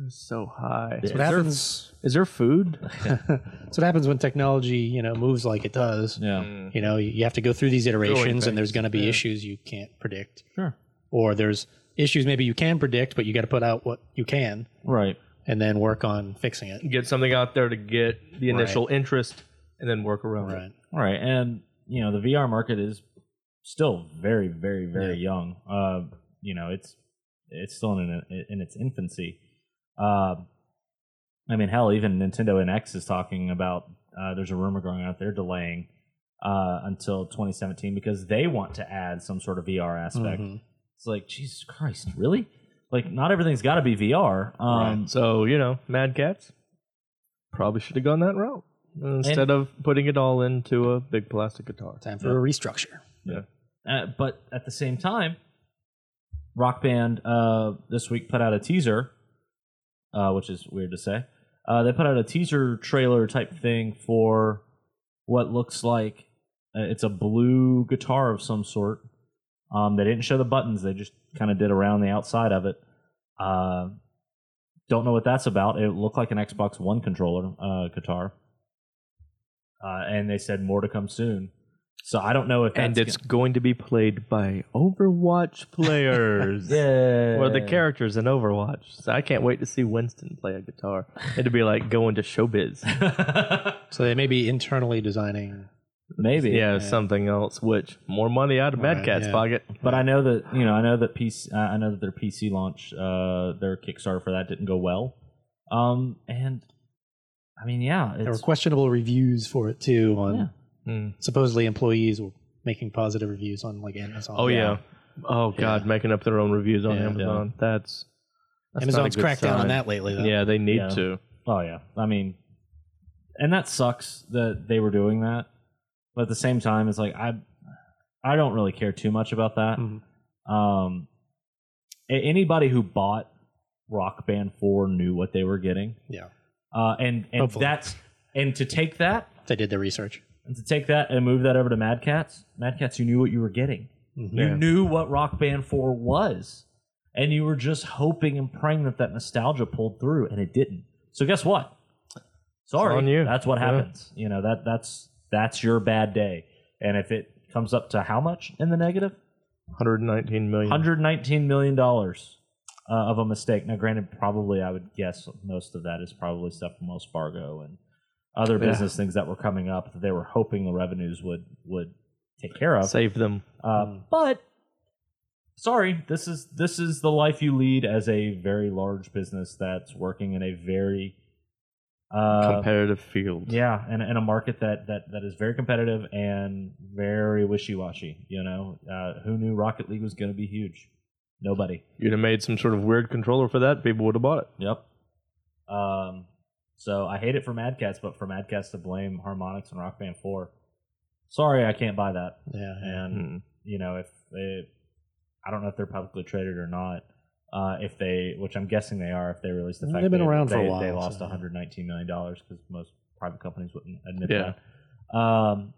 it's so high. That's what happens. Is there food? That's what happens when technology, you know, moves like it does. Yeah. You know, you have to go through these iterations, and things, there's going to be issues you can't predict, Sure. or there's issues maybe you can predict, but you got to put out what you can, Right. and then work on fixing it. Get something out there to get the initial interest, and then work around it. Right. All right, and you know the VR market is still very, very, very young. Uh, you know, it's it's still in in its infancy. Uh, I mean, hell, even Nintendo NX is talking about. Uh, there's a rumor going out they're delaying uh, until 2017 because they want to add some sort of VR aspect. Mhm. It's like Jesus Christ, really? Like, not everything's got to be VR. Um, So you know, Mad Cats probably should have gone that route instead of putting it all into a big plastic guitar. Time for a restructure. Uh, but at the same time, Rock Band uh, this week put out a teaser, uh, which is weird to say. Uh, they put out a teaser trailer type thing for what looks like uh, it's a blue guitar of some sort. Um, they didn't show the buttons; they just kind of did around the outside of it. Uh, don't know what that's about. It looked like an Xbox One controller uh, guitar, uh, and they said more to come soon. So I don't know if that's and it's gonna- going to be played by Overwatch players. yeah. Or the characters in Overwatch. So I can't wait to see Winston play a guitar. It'd be like going to showbiz. character. So they may be internally designing. Maybe. yeah, something else. Which more money out of Mad Right, Cat's yeah. pocket. But I know that you know I know that PC uh, I know that their PC launch uh their Kickstarter for that didn't go well. Um and I mean yeah, There were it's questionable reviews for it too. On Yeah. Hmm. supposedly employees were making positive reviews on like Amazon. Oh yeah. Oh god, making up their own reviews on Yeah. Amazon. That's, that's not a Amazon's good cracked down on sign. that lately. Though. Yeah, they need Yeah. to. oh yeah. I mean and that sucks that they were doing that. But at the same time it's like I I don't really care too much about that. Mhm. Um a- anybody who bought Rock Band 4 knew what they were getting. Yeah. Uh and and Hopefully. that's and to take that They did their research. And to take that and move that over to Mad Cats, Mad Cats, you knew what you were getting. Mm-hmm. Yeah. You knew what Rock Band 4 was. And you were just hoping and praying that that nostalgia pulled through, and it didn't. So guess what? Sorry, on you. that's what Yeah. happens. You know that that's that's your bad day. And if it comes up to how much in the negative, 119 million. 119 million dollars uh, of a mistake. Now, granted, probably I would guess most of that is probably stuff from Wells Fargo and other Yeah. business things that were coming up that they were hoping the revenues would would take care of. Save them. Uh, hmm. but sorry, this is this is the life you lead as a very large business that's working in a very uh, competitive field. yeah, and and a market that that that is very competitive and very wishy washy. You know, uh, who knew Rocket League was going to be huge? Nobody. You'd have made some sort of weird controller for that. People would have bought it. Yep. Um, so I hate it for Mad Cats, but for Mad Cats to blame Harmonix and Rock Band Four, sorry, I can't buy that. Yeah. And Hmm. you know, if they, I don't know if they're publicly traded or not. Uh, if they, which I'm guessing they are, if they release the They've fact been they, around for a they- while, they so- lost 119 million dollars because most private companies wouldn't admit Yeah. that. Um,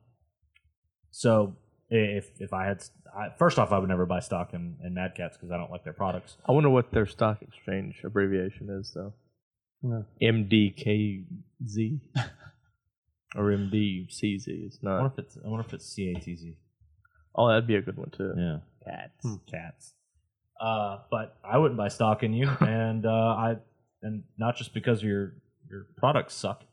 so if if I had, I, first off, I would never buy stock in, in Mad Cats because I don't like their products. I wonder what their stock exchange abbreviation is, though. Yeah. MDKZ or MDCZ. It's I not. wonder if it's, I wonder if it's CATZ. Oh, that'd be a good one too. Yeah, cats, Hmm. cats. Uh, but I wouldn't buy stock in you, and uh, I, and not just because your your products suck,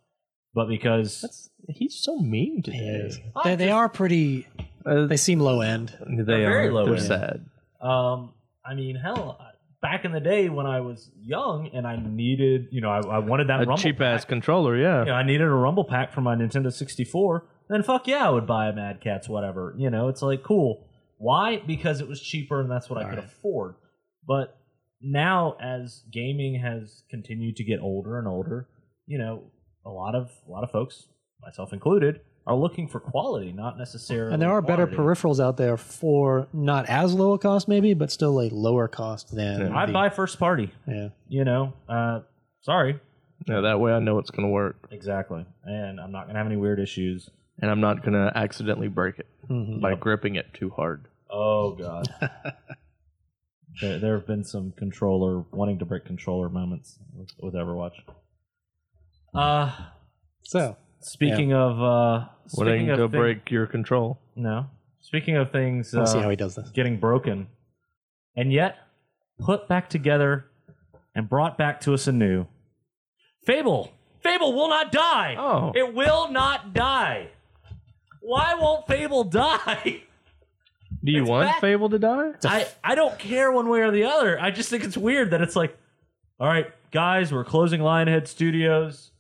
but because That's he's so mean today. They, they are pretty. Uh, They seem low end. they very are. low They're end. sad. Um, I mean, hell, I- back in the day when I was young and I needed, you know, I, I wanted that A rumble cheap ass pack. controller. Yeah. You know, I needed a rumble pack for my Nintendo 64. Then fuck yeah, I would buy a Mad Cats whatever. You know, it's like cool. Why? Because it was cheaper and that's what I could Alright. afford. But now as gaming has continued to get older and older, you know, a lot of a lot of folks, myself included, are looking for quality, not necessarily. And there are better quantity. peripherals out there for not as low a cost, maybe, but still a lower cost than. Yeah. I the- buy first party. Yeah. You know, uh, sorry. Yeah, that way I know it's going to work, Exactly, and I'm not gonna have any weird issues. and I'm not going to accidentally break it Mm-hmm. Mhm. by gripping it too hard. Oh god. there, there have been some controller wanting to break controller moments with, with Overwatch. Uh So speaking of uh Wanting speaking to of thi- break your control. No. Speaking of things we'll see uh, how he does this. getting broken and yet put back together and brought back to us anew. Fable. Fable will not die. Oh. It will not die. Why won't Fable die? Do you It's want back. Fable to die? I, I don't care one way or the other. I just think it's weird that it's like, all right, guys, we're closing Lionhead Studios.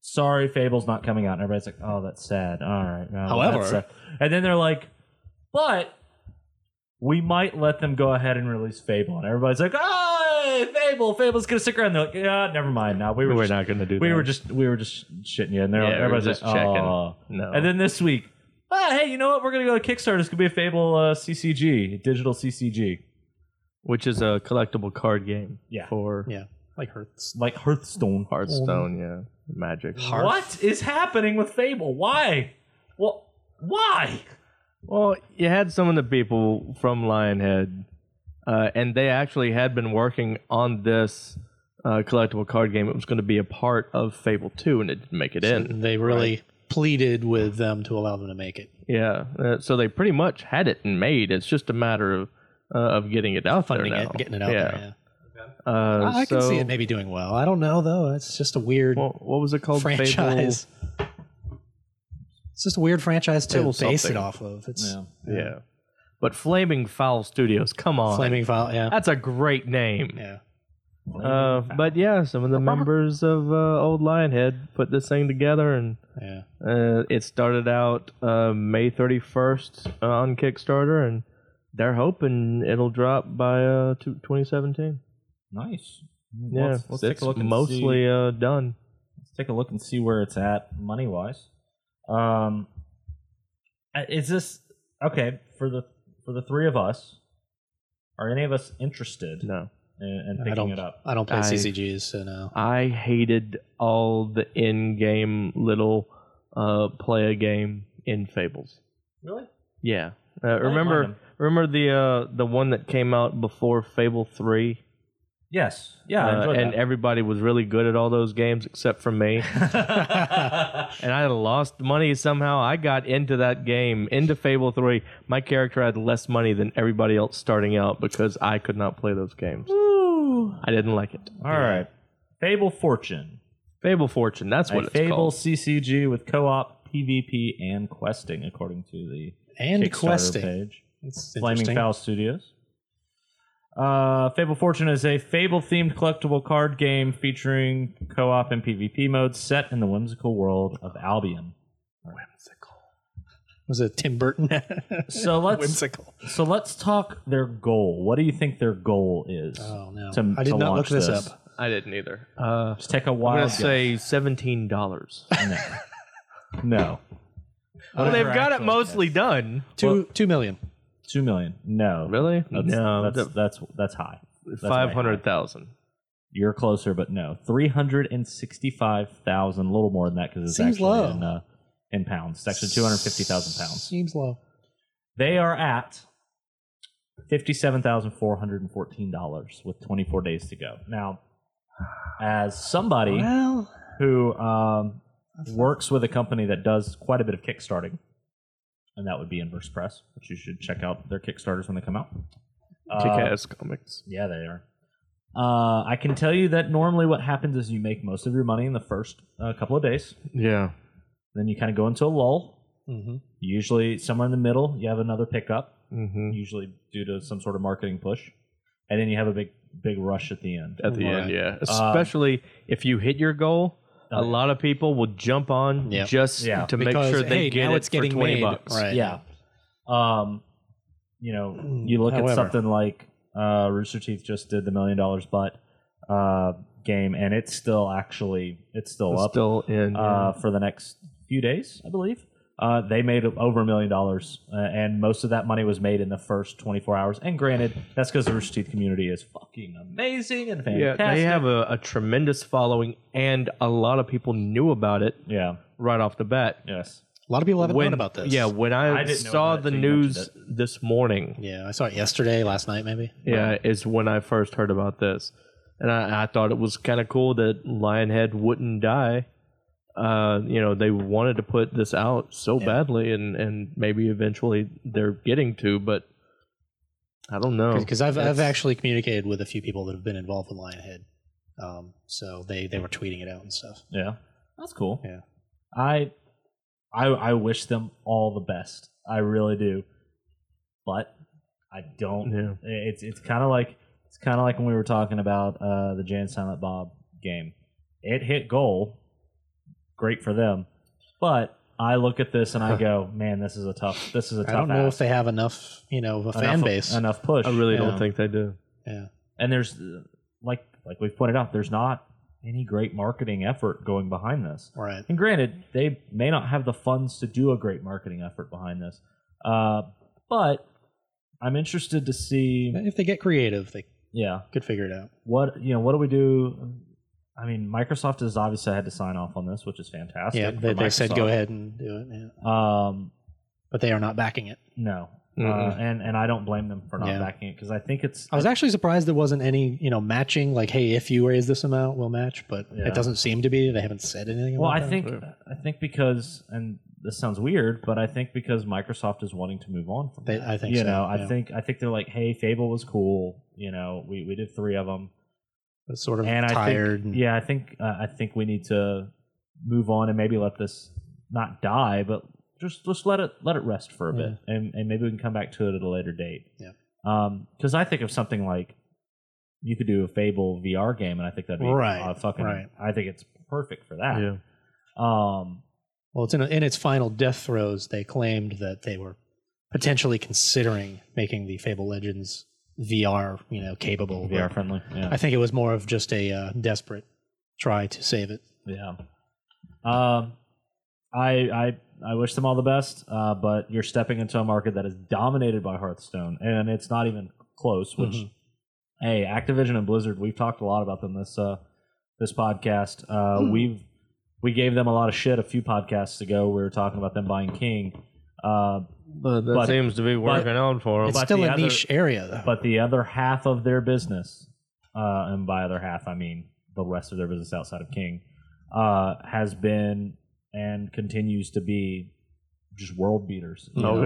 Sorry, Fable's not coming out. And everybody's like, oh, that's sad. All right. no, well, However- that's sad. and then they're like, but we might let them go ahead and release Fable. And everybody's like, oh, Fable, Fable's going to stick around. They're like, yeah, never mind. Now we We were, were just, not going to do that. we were just, we were just shitting you. And they're Yeah, like, we were everybody's just like, checking. "Aw." No. And then this week, ah, hey, you know what? We're going to go to Kickstarter. It's going to be a Fable uh, CCG, digital CCG. Which is a collectible card game Yeah. for Yeah. Like Hertz. like Hearthstone. Hearthstone, yeah. Magic. Hearth. What is happening with Fable? Why? Well, why? Well, you had some of the people from Lionhead, uh, and they actually had been working on this uh, collectible card game. It was going to be a part of Fable 2, and it didn't make it in. They really pleaded with them to allow them to make it. Yeah. Uh, so they pretty much had it and made. It's just a matter of. Uh, of getting it out Funding there now. it, getting it out yeah. there. Yeah. Uh, I, I can so- see it maybe doing well. I don't know, though. It's just a weird What, what was it called? Fable- franchise. It's just a weird franchise to Fable base it something. off of. It's Yeah. But Flaming Foul Studios, come on. Flaming File. Yeah. That's a great name. Yeah. Uh, but yeah, some of the members of uh, Old Lionhead put this thing together, and Yeah. uh, it started out uh, May 31st on Kickstarter, and they're hoping it'll drop by uh, two- 2017. Nice. Yeah, let's, let's take it's a look and see. mostly uh, done. Let's take a look and see where it's at money wise. Um, uh, is this okay for the for the three of us? Are any of us interested No, in, in I picking don't, it up? I don't play I- CCGs, so no. I hated all the in-game little uh, play a game in Fables. Really? Yeah. Uh, remember Platinum. remember the uh, the one that came out before Fable 3? Yes. Yeah. I Uh, enjoyed and everybody was really good at all those games except for me. that. and I lost money somehow. I got into that game, into Fable 3. My character had less money than everybody else starting out because I could not play those games. I didn't like it. All right. Fable Fortune. Fable Fortune, that's what a it's Fable called. CCG with co-op, PvP, and questing, according to the And Kickstarter questing. page. It's Flaming interesting. Foul Studios. Uh, Fable Fortune is a Fable-themed collectible card game featuring co-op and PvP modes set in the whimsical world of Albion. Was it Tim Burton? So let's Whimsical. so let's talk their goal. What do you think their goal is? Oh no! To- I did to not look launch this, this. up. I didn't either. Oh, Uh, Just take a I'm wild going to guess. say $17. no. no. well, they've got it Actually, mostly done. Two two million. Two million. No. Really? That's, no, That's, that's that's high. That's way high. five hundred thousand. You're closer, but no, three hundred and sixty-five thousand, a little more than that because it's Seems actually low. in uh, in pounds. It's actually two hundred fifty thousand pounds. Seems low. They are at fifty-seven thousand four hundred and fourteen dollars with twenty-four days to go. Now, as somebody Well, who um, works with a company that does quite a bit of kickstarting, and that would be Inverse Press, which you should check out their kickstarters when they come out. Uh, Kick-ass comics. Yeah, they are. Uh, I can tell you that normally what happens is you make most of your money in the first uh, couple of days. Yeah. Then you kind of go into a lull. hmm Usually, somewhere in the middle, you have another pickup, Mm-hmm. usually due to some sort of marketing push, and then you have a big, big rush at the end. At the Right. Um, end, yeah. Especially if you hit your goal, Oh, a lot of people will jump on Yep. just Yeah. to make sure they hey, get now it it's getting for twenty made. bucks. Right. Yeah. Um, you know, you look at However. something like uh, Rooster Teeth just did the Million Dollars Butt uh, game, and it's still actually it's still It's up still in. uh, for the next few days, I believe. Uh, they made over a million dollars, uh, and most of that money was made in the first 24 hours. And granted, that's because the Rooster Teeth community is fucking amazing and yeah. fantastic. yeah, they have a, a tremendous following, and a lot of people knew about it yeah, right off the bat. yes. A lot of people haven't known about this. Yeah, when I, I didn't know saw about it the till you mentioned news this morning, Yeah, I saw it yesterday, last night maybe. yeah, is when I first heard about this, and I, I thought it was kind of cool that Lionhead wouldn't die. Uh, you know, they wanted to put this out so badly, and and maybe eventually they're getting to, but I don't Oh, know because I've It's- I've actually communicated with a few people that have been involved with Lionhead, um, so they they were tweeting it out and stuff. Yeah, that's cool. Yeah. I, I, I wish them all the best. I really do, but I don't. Yeah. It's it's kind of like it's kind of like when we were talking about uh, the Jan Silent Bob game. It hit goal, great for them, but I look at this and I go, man, this is a tough. This is a tough. I don't know ask. if they have enough, you know, of a fan Enough- base. enough push. I really Yeah. don't think they do. and there's uh, like like we've pointed out, there's not any great marketing effort going behind this. Right. And granted, they may not have the funds to do a great marketing effort behind this, uh, but I'm interested to see, If they get creative, they yeah, could figure it out. what you know, what do we do? I mean, Microsoft has obviously had to sign off on this, which is fantastic. yeah, for they, they said Microsoft. go ahead and do it, yeah. Um, but they are not backing it. no, uh, Mm-mm. and and I don't blame them for not Yeah. backing it because I think it's I was actually surprised there wasn't any, you know, matching. Like, hey, if you raise this amount, we'll match. But Yeah. it doesn't seem to be. They haven't said anything. Well, about I that. think Yeah. I think because and this sounds weird, but I think because Microsoft is wanting to move on from They- that. I think you so, know I yeah. think I think they're like, hey, Fable was cool. You know, we, we did three of them, it's sort of and I tired. Think, and- yeah, I think uh, I think we need to move on and maybe let this not die, but just just let it let it rest for a bit, and and maybe we can come back to it at a later date. Yeah. because I think of something like you could do a Fable VR game, and I think that'd be Right, uh, fucking. right. I think it's perfect for that. Yeah, Um. Well, it's in, in its final death throes. They claimed that they were potentially considering making the Fable Legends VR, you know, capable. VR but friendly. Yeah. I think it was more of just a uh, desperate try to save it. yeah. Um, I I I wish them all the best. Uh, but you're stepping into a market that is dominated by Hearthstone, and it's not even close. Which, Mhm. hey, Activision and Blizzard, we've talked a lot about them this uh this podcast. Uh, Mm. We've we gave them a lot of shit a few podcasts ago. We were talking about them buying King. Uh, but that But- seems to be working on for them. It's but still the a other- niche area, though. but the other half of their business, uh, and by other half I mean the rest of their business outside of King, uh, has been and continues to be just world beaters. you know? Oh,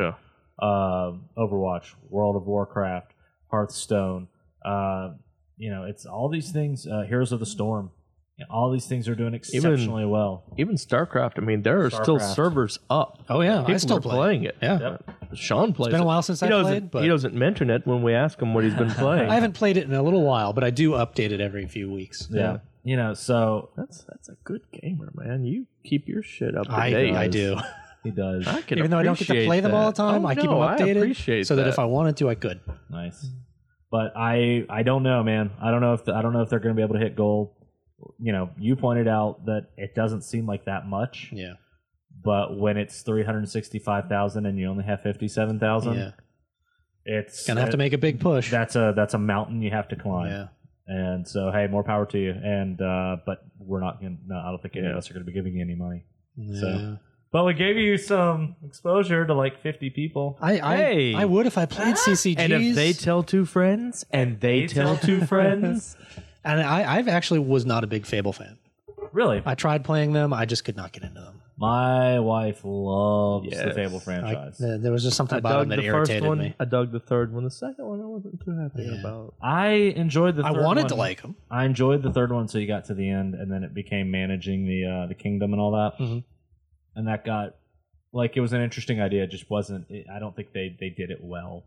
yeah, uh, Overwatch, World of Warcraft, Hearthstone. Uh, you know, it's all these things. Uh, Heroes of the Storm. you know, all these things are doing exceptionally well. even StarCraft. I mean, there are still StarCraft. servers up. oh yeah, People I still are play. playing it. Yeah, Yep. Sean plays. it's been a it. while since He I doesn't, played, but he doesn't mention it when we ask him what he's been playing. I haven't played it in a little while. But I do update it every few weeks. Yeah. You know, so that's that's a good gamer, man. You keep your shit up to I, date. I do. he does. I can Even though I don't get to appreciate play them all the that. time, Oh, I keep them no, updated I appreciate so that. if I wanted to, I could. Mm. Nice. But I I don't know, man. I don't know if the, I don't know if they're going to be able to hit goal. You know, you pointed out that it doesn't seem like that much, Yeah, but when it's 365,000 and you only have 57,000, yeah. it's Gonna have to make a big push. that's a that's a mountain you have to climb. yeah, And so hey, more power to you. And uh but we're not going to no, I don't think any of Yeah. us are going to be giving you any money. So- Yeah. But we gave you some exposure to like 50 people. I I, Hey. I would if I played CCGs. and if they tell two friends, and they, tell two friends, and I I've actually was not a big Fable fan. Really? I tried playing them. I just could not get into them. My wife loves the Yes. Fable I, franchise. there there was just Uh, something I about them dug that the first irritated one. me. I dug the third one. The second one, I wasn't too happy Yeah. about. I enjoyed the. I Third wanted one. to like them. I enjoyed the third one, so you got to the end, and then it became managing the uh, the kingdom and all that, Mhm. and that got like it was an interesting idea. It just wasn't. It, I don't think they they did it well.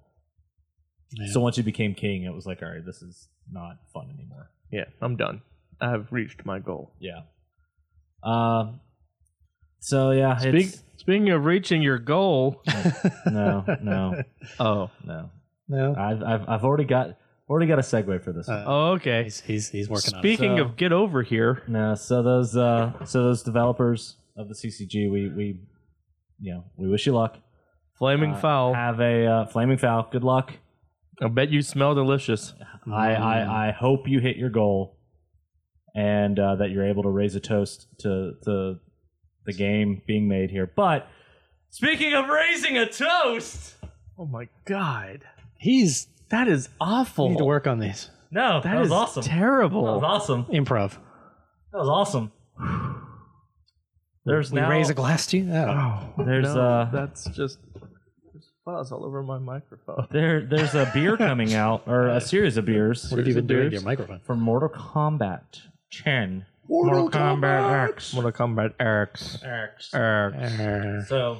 Yeah. So once you became king, it was like, all right, this is not fun anymore. Yeah, I'm done. I have reached my goal. Yeah. Um. So yeah, Speak, it's, speaking of reaching your goal, no, no, oh, no. No. I've, I've, I've already got already got a segue for this. one. Uh, Oh, okay. he's, he's he's working on it. Speaking So- of get over here, No, so those uh, so those developers of the CCG, we we you know we wish you luck. flaming Uh, foul. Have a uh, flaming foul. Good luck. I bet you smell delicious. I, Mm. I I hope you hit your goal, and uh, that you're able to raise a toast to to the game being made here. But speaking of raising a toast, Oh my god, He's that is awful. Oh. need to work on these no, that, That was is awesome. terrible. that was awesome. improv. That was awesome. There's we now Ah, raise a glass to you. I don't know. Oh, There's, no, uh, that's just there's fuzz all over my microphone. there there's a beer coming out or a series of beers. What have you There's been doing to your beers. microphone? for Mortal Kombat 10. Mortal, Kombat, X. Mortal Kombat Eric's. X. Eric's. Uh, So,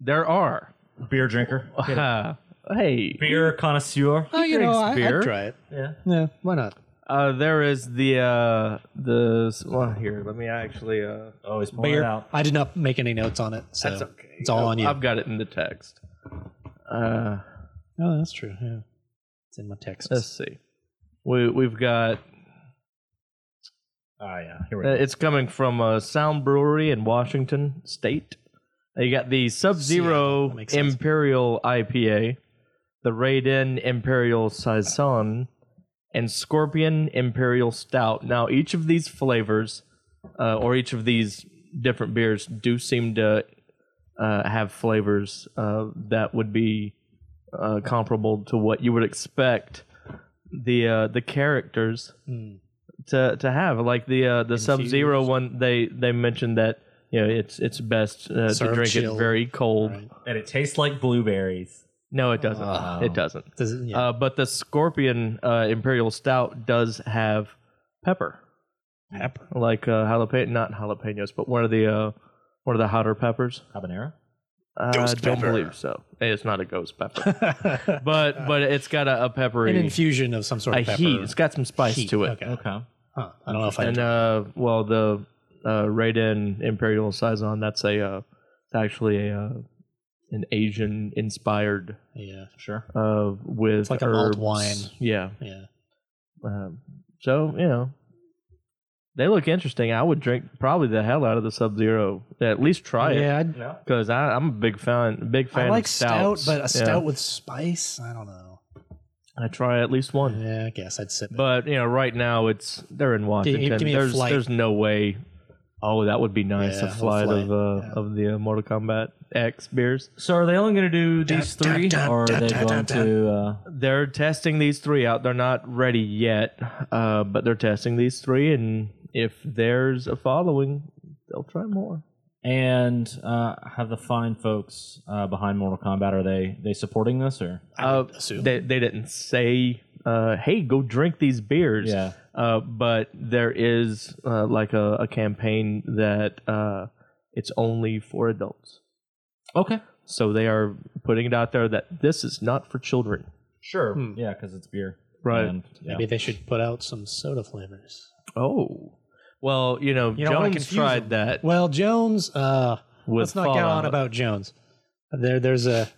There are. beer drinker, hey, beer connoisseur. oh, you know, drinks I, beer. I'd try it. Yeah. Yeah, why not? uh, there is the uh, the well here. Let me actually. Uh, Always point it Beer. out. I did not make any notes on it, so that's okay. it's all on you. I've got it in the text. Uh, oh, that's true. Yeah, it's in my text. let's see. We we've got. Ah, yeah. Here we Uh, go. it's coming from uh, Sound Brewery in Washington State. Uh, You got the Sub Seattle, that Zero makes sense. Imperial IPA, the Raiden Imperial Saison, and Scorpion Imperial Stout. Now, each of these flavors, uh, or each of these different beers, do seem to uh, have flavors uh, that would be uh, comparable to what you would expect the uh, the characters Mm, to to have. Like the uh, the Sub Zero one, they they mentioned that you know it's it's best uh, to Served drink it chilled. very cold. Right. and it tastes like blueberries. No, it doesn't. Oh. It doesn't. Does it, yeah. Uh, but the Scorpion uh, Imperial Stout does have pepper, pepper. like uh, jalapeno, not jalapenos, but one of the uh, one of the hotter peppers. Habanero? I Ghost don't pepper. believe so. It's not a ghost pepper, Uh, but but it's got a, a peppery An infusion of some sort a of pepper. heat. It's got some spice Heat, to it. Okay. Okay. Huh. I don't know if I. And uh, well, the uh, Raiden Imperial Saison. That's a uh, it's actually a uh, an Asian inspired yeah. Sure. uh, with It's like a malt herbs. wine. Yeah. Yeah. Um, so you know, they look interesting. I would drink probably the hell out of the Sub Zero. At least try it yeah. I'd, No. because I'm a big fan. Big fan. I like of stout, stouts. but Yeah. a stout with spice. I don't know. I try at least one. Yeah, I guess I'd sip it. But you know, right now it's they're in Washington. give me a there's flight. there's no way. Oh, that would be nice Yeah, a a flight, flight, of uh, yeah. of the uh, Mortal Kombat X beers. So, are they only going to do these Dun, dun, three? dun, or are dun, they dun, going dun, to. Uh, They're testing these three out. They're not ready yet, uh, but they're testing these three, and if there's a following, they'll try more. and uh, have the fine folks uh, behind Mortal Kombat, are they they supporting this or? I would uh, assume. They they didn't say, uh, "Hey, go drink these beers." Yeah. Uh, but there is uh, like a, a campaign that uh, it's only for adults. Okay. So they are putting it out there that this is not for children. Sure. Hmm. Yeah, because it's beer. Right. And, yeah. Maybe they should put out some soda flavors. Oh. Well, you know, You don't wanna Jones confuse tried that. Well, Jones. Uh, With let's not get Fallout. on about Jones. There, there's a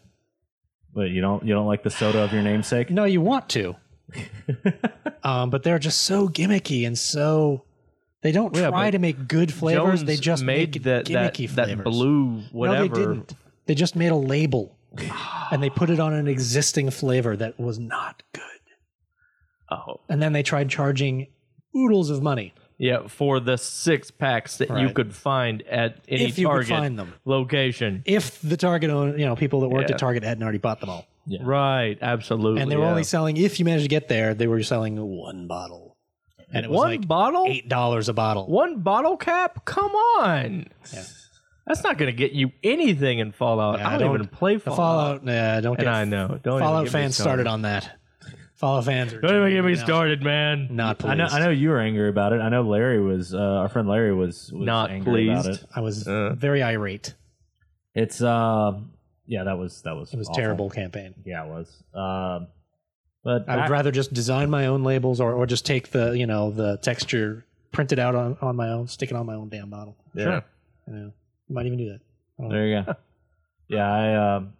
But you don't you don't like the soda of your namesake? no. You want to, um, but they're just so gimmicky and so they don't Yeah, try but to make good flavors. Jones they just made make that, that, gimmicky that flavors. blue whatever. No, they didn't. They just made a label, and they put it on an existing flavor that was not good. Oh. And then they tried charging oodles of money. Yeah, for the six packs that you Right. could find at any If you could target find them. location. If the Target owner, you know, people that worked Yeah. at Target hadn't already bought them all. Right, absolutely. and they were yeah. only selling if you managed to get there they were selling one bottle and it was one like bottle? eight dollars a bottle One bottle cap? Come on. Yeah. That's not going to get you anything in Fallout. Yeah, I don't, even play the Fallout. fallout nah, don't And get I know. Don't even fallout get me fans started on that fallout fans are Don't even get me no, started, man. not pleased I know. I know you were angry about it. I know Larry was. Uh, our friend Larry was, was Not angry about pleased. it. I was Uh. very irate It's. Uh, yeah, that was that was. it was awful. terrible campaign Yeah, it was. Um, but i would rather just design my own labels or, or just take the you know the texture print it out on, on my own stick it on my own damn bottle Yeah. Sure. you know might even do that There you go. yeah, I. Um,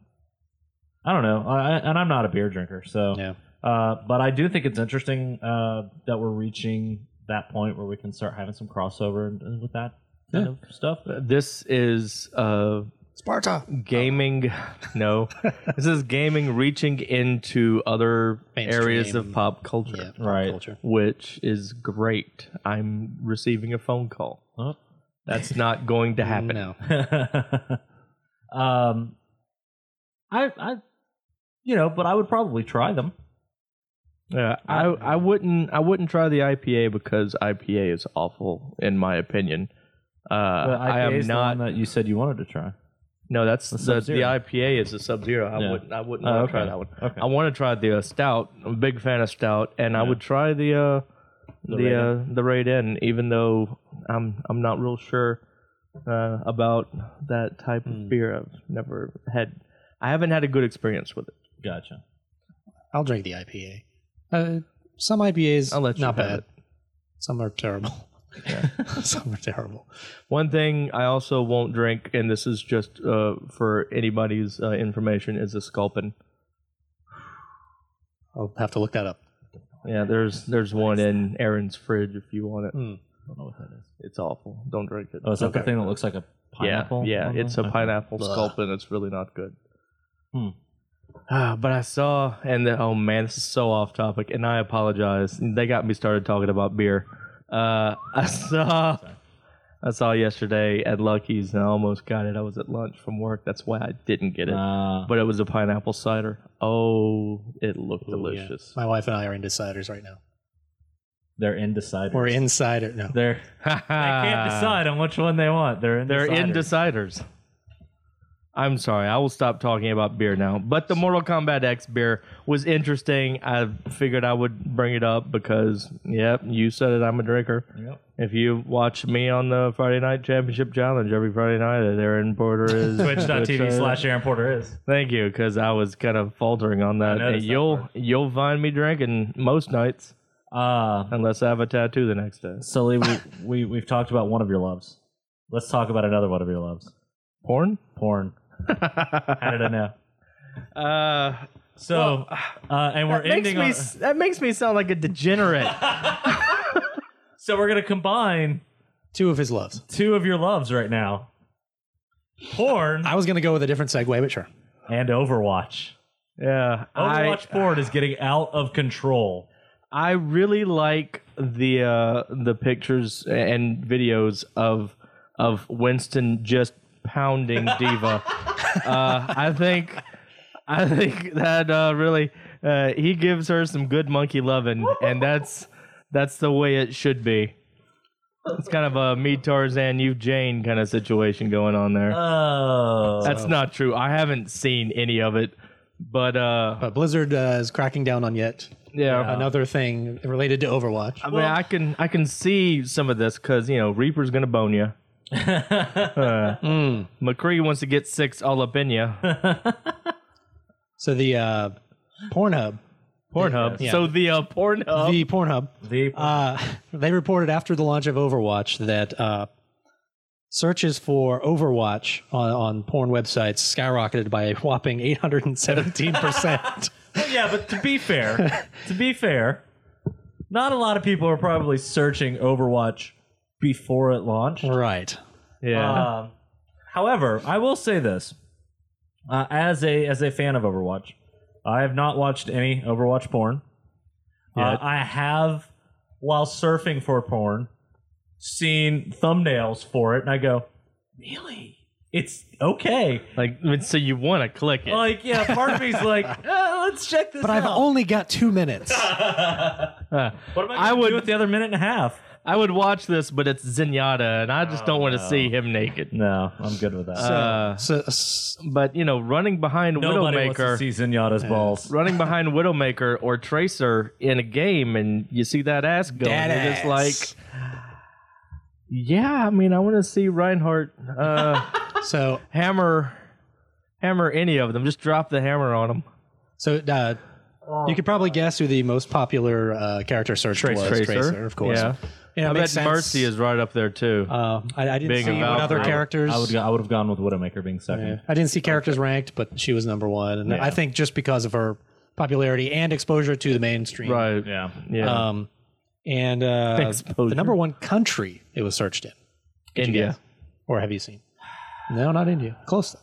I don't know, I, and I'm not a beer drinker, so. Yeah. Uh, but I do think it's interesting uh, that we're reaching that point where we can start having some crossover and, and with that kind of stuff. This is uh, Sparta. gaming. No, this is gaming reaching into other areas Mainstream. of pop culture, Yeah, pop Right. culture. which is great. I'm receiving a phone call. Huh? That's not going to happen. No. um, I, I, you know, but I would probably try them. Yeah, Uh, I I wouldn't I wouldn't try the IPA because IPA is awful in my opinion. Uh, But I IPA am is the one not. that you said you wanted to try. no, that's the, the, Sub-Zero. IPA is the sub zero. I Yeah. wouldn't I wouldn't Oh, want to okay. try that one. Okay. I want to try the uh, stout. I'm a big fan of stout, and I Yeah. would try the uh, the Raid uh, the Raid N, even though I'm I'm not real sure uh, about that type Hmm. of beer. I've never had. I haven't had a good experience with it. Gotcha. I'll drink the IPA. Uh, some IPAs, I'll let you not have bad. it. Some are terrible. some are terrible. One thing I also won't drink, and this is just uh, for anybody's uh, information, is a sculpin. I'll have to look that up. Yeah, there's there's one in Aaron's fridge if you want it. Hmm. I don't know what that is. It's awful. Don't drink it. Oh, is that the Okay. thing that looks like a pineapple? Yeah, on yeah it's the- a pineapple Ugh. sculpin. It's really not good. Hmm. Ah, but I saw, and the, oh man, this is so off topic, and I apologize. They got me started talking about beer. Uh, I saw, I saw yesterday at Lucky's, and I almost got it. I was at lunch from work. That's why I didn't get it. Ah. but it was a pineapple cider. Oh, it looked Ooh, yeah. delicious. My wife and I are indeciders right now. they're indeciders. We're insider. No. They're they can't decide on which one they want. They're Ah. They're indeciders. indeciders. I'm sorry. I will stop talking about beer now. But the Mortal Kombat X beer was interesting. I figured I would bring it up because, yep, you said it. I'm a drinker. Yep. If you watch me on the Friday Night Championship Challenge every Friday night at Aaron Porter is Twitch.tv slash Aaron Porter is. Thank you, because I was kind of faltering on that. noticed that you'll part. you'll find me drinking most nights Uh, unless I have a tattoo the next day. Sully, we, we, we've talked about one of your loves. Let's talk about another one of your loves. Porn? Porn. How did I know? Uh, So, uh, and we're that, makes ending me, on. s- that makes me sound like a degenerate. So we're going to combine Two of his loves. two of your loves right now. Porn I was going to go with a different segue, but sure. and Overwatch. yeah, I Overwatch porn is getting out of control. I really like the uh, the pictures and videos of of Winston just pounding Diva. uh, I think I think that uh, really uh, he gives her some good monkey loving, and that's that's the way it should be. It's kind of a me Tarzan, you Jane kind of situation going on there. Uh, Oh. That's not true. I haven't seen any of it, but uh, But Blizzard uh, is cracking down on yet yeah. another thing related to Overwatch. I mean, I can I can see some of this because you know Reaper's gonna bone you. McCree wants to get six all up in you. So the uh, Pornhub, Pornhub. Yeah. So the uh, Pornhub. the Pornhub, The, uh, they reported after the launch of Overwatch that uh, searches for Overwatch on, on porn websites skyrocketed by a whopping 817%. yeah, but to be fair, to be fair, not a lot of people are probably searching Overwatch before it launched. right. yeah. Um, however, I will say this: uh, as a as a fan of Overwatch, I have not watched any Overwatch porn. Uh, Yeah. I have, while surfing for porn, seen thumbnails for it, and I go, "Really? It's okay." like I mean, so you want to click it. Like, yeah, part of me's like, "Eh, "Let's check this But I've out." only got two minutes. what am I, I gonna would- do with the other minute and a half? I would watch this, but it's Zenyatta, and I just don't Oh, want to see him naked. No, I'm good with that. Uh, so, s- but you know, running behind Nobody wants to Widowmaker, see Zenyatta's balls. running behind Widowmaker or Tracer in a game, and you see that ass going, That you're ass. just like, yeah. I mean, I want to see Reinhardt. Uh, so, hammer hammer any of them just drop the hammer on them so uh, You could probably guess who the most popular uh, character search was. Tracer, of course. Yeah, Yeah, it I bet makes sense. Mercy is right up there too. Uh, I, I didn't Being a see what Valkyrie. other characters. I would I would have gone with Widowmaker being second. Yeah. I didn't see characters ranked, but she was number one, and Yeah. I think just because of her popularity and exposure to the mainstream, right. Yeah. Yeah. Uh, Um, and uh, the Exposure. number one country it was searched in, India. or have you seen? No, not India. Close though.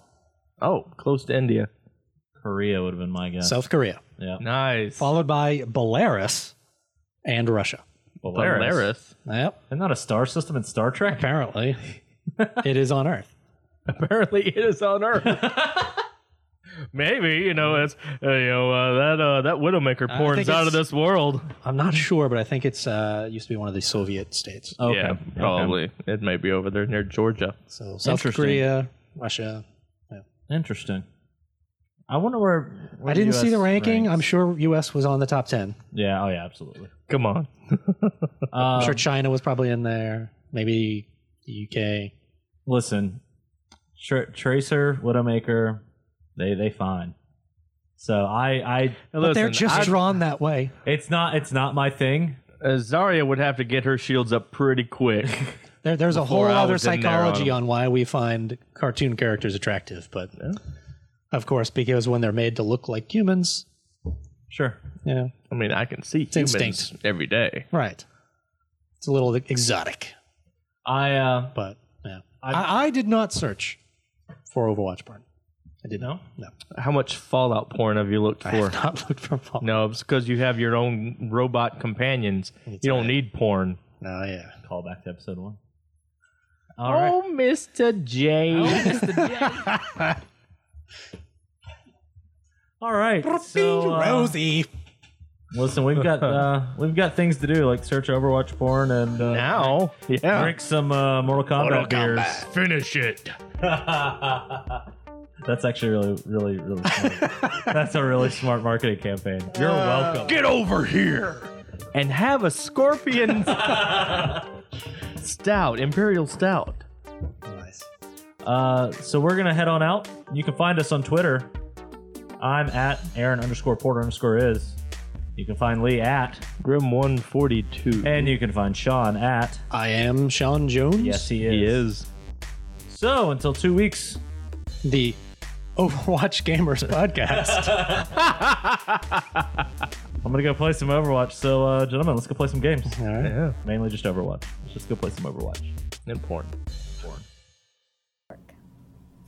Oh, close to India. Korea would have been my guess. South Korea, yeah. Nice. followed by Belarus and Russia. Polaris. Yep, Isn't that a star system in Star Trek? apparently it is on Earth. Apparently, it is on Earth. Maybe you know it's uh, you know uh, that uh, that Widowmaker think porn's out of it's- this world. I'm not sure, but I think it's uh, used to be one of the Soviet states. Okay. Yeah, okay. probably it may be over there near Georgia. So South Interesting. Korea, Russia. Interesting. I wonder where. where I didn't see US the ranking. ranks. I'm sure U.S. was on the top ten. Yeah. Oh yeah. Absolutely. Come on, I'm Um, sure China was probably in there. Maybe the UK. Listen, Tr- Tracer, Widowmaker, they they fine. So I I Now, but they're listen, just I- drawn that way. it's not it's not my thing. uh, Zarya would have to get her shields up pretty quick. There, there's a whole Before I other was in there um, on psychology them. on why we find cartoon characters attractive, but of course, because when they're made to look like humans, Sure. yeah, I mean, I can see humans instinct. every day. right. It's a little exotic, I uh but yeah. I- I, I, did not search for Overwatch porn. I did not. No, How much Fallout porn have you looked I for? have not looked for porn. No, it's because you have your own robot companions. you don't need porn. no, yeah. call back to episode one. All right. Oh, Oh, Mr. J. All right. So, uh, Oh, Rosie. listen, we've got uh, we've got things to do like search Overwatch porn and uh, Now, yeah. drink some uh, Mortal Kombat beers. Finish it. That's actually really, really, really smart. That's a really smart marketing campaign. You're welcome. Uh, Get over here and have a scorpion stout, imperial stout. Nice. Uh, so we're gonna head on out. You can find us on Twitter. I'm at Aaron underscore Porter underscore is. You can find Lee at, Grim 142. and you can find Sean at. I am Sean Jones. Yes, he is. he is. So until two weeks, the Overwatch Gamers podcast. I'm gonna go play some Overwatch. So, uh, gentlemen, let's go play some games. All right. Yeah, Mainly just Overwatch. Let's just go play some Overwatch. and porn.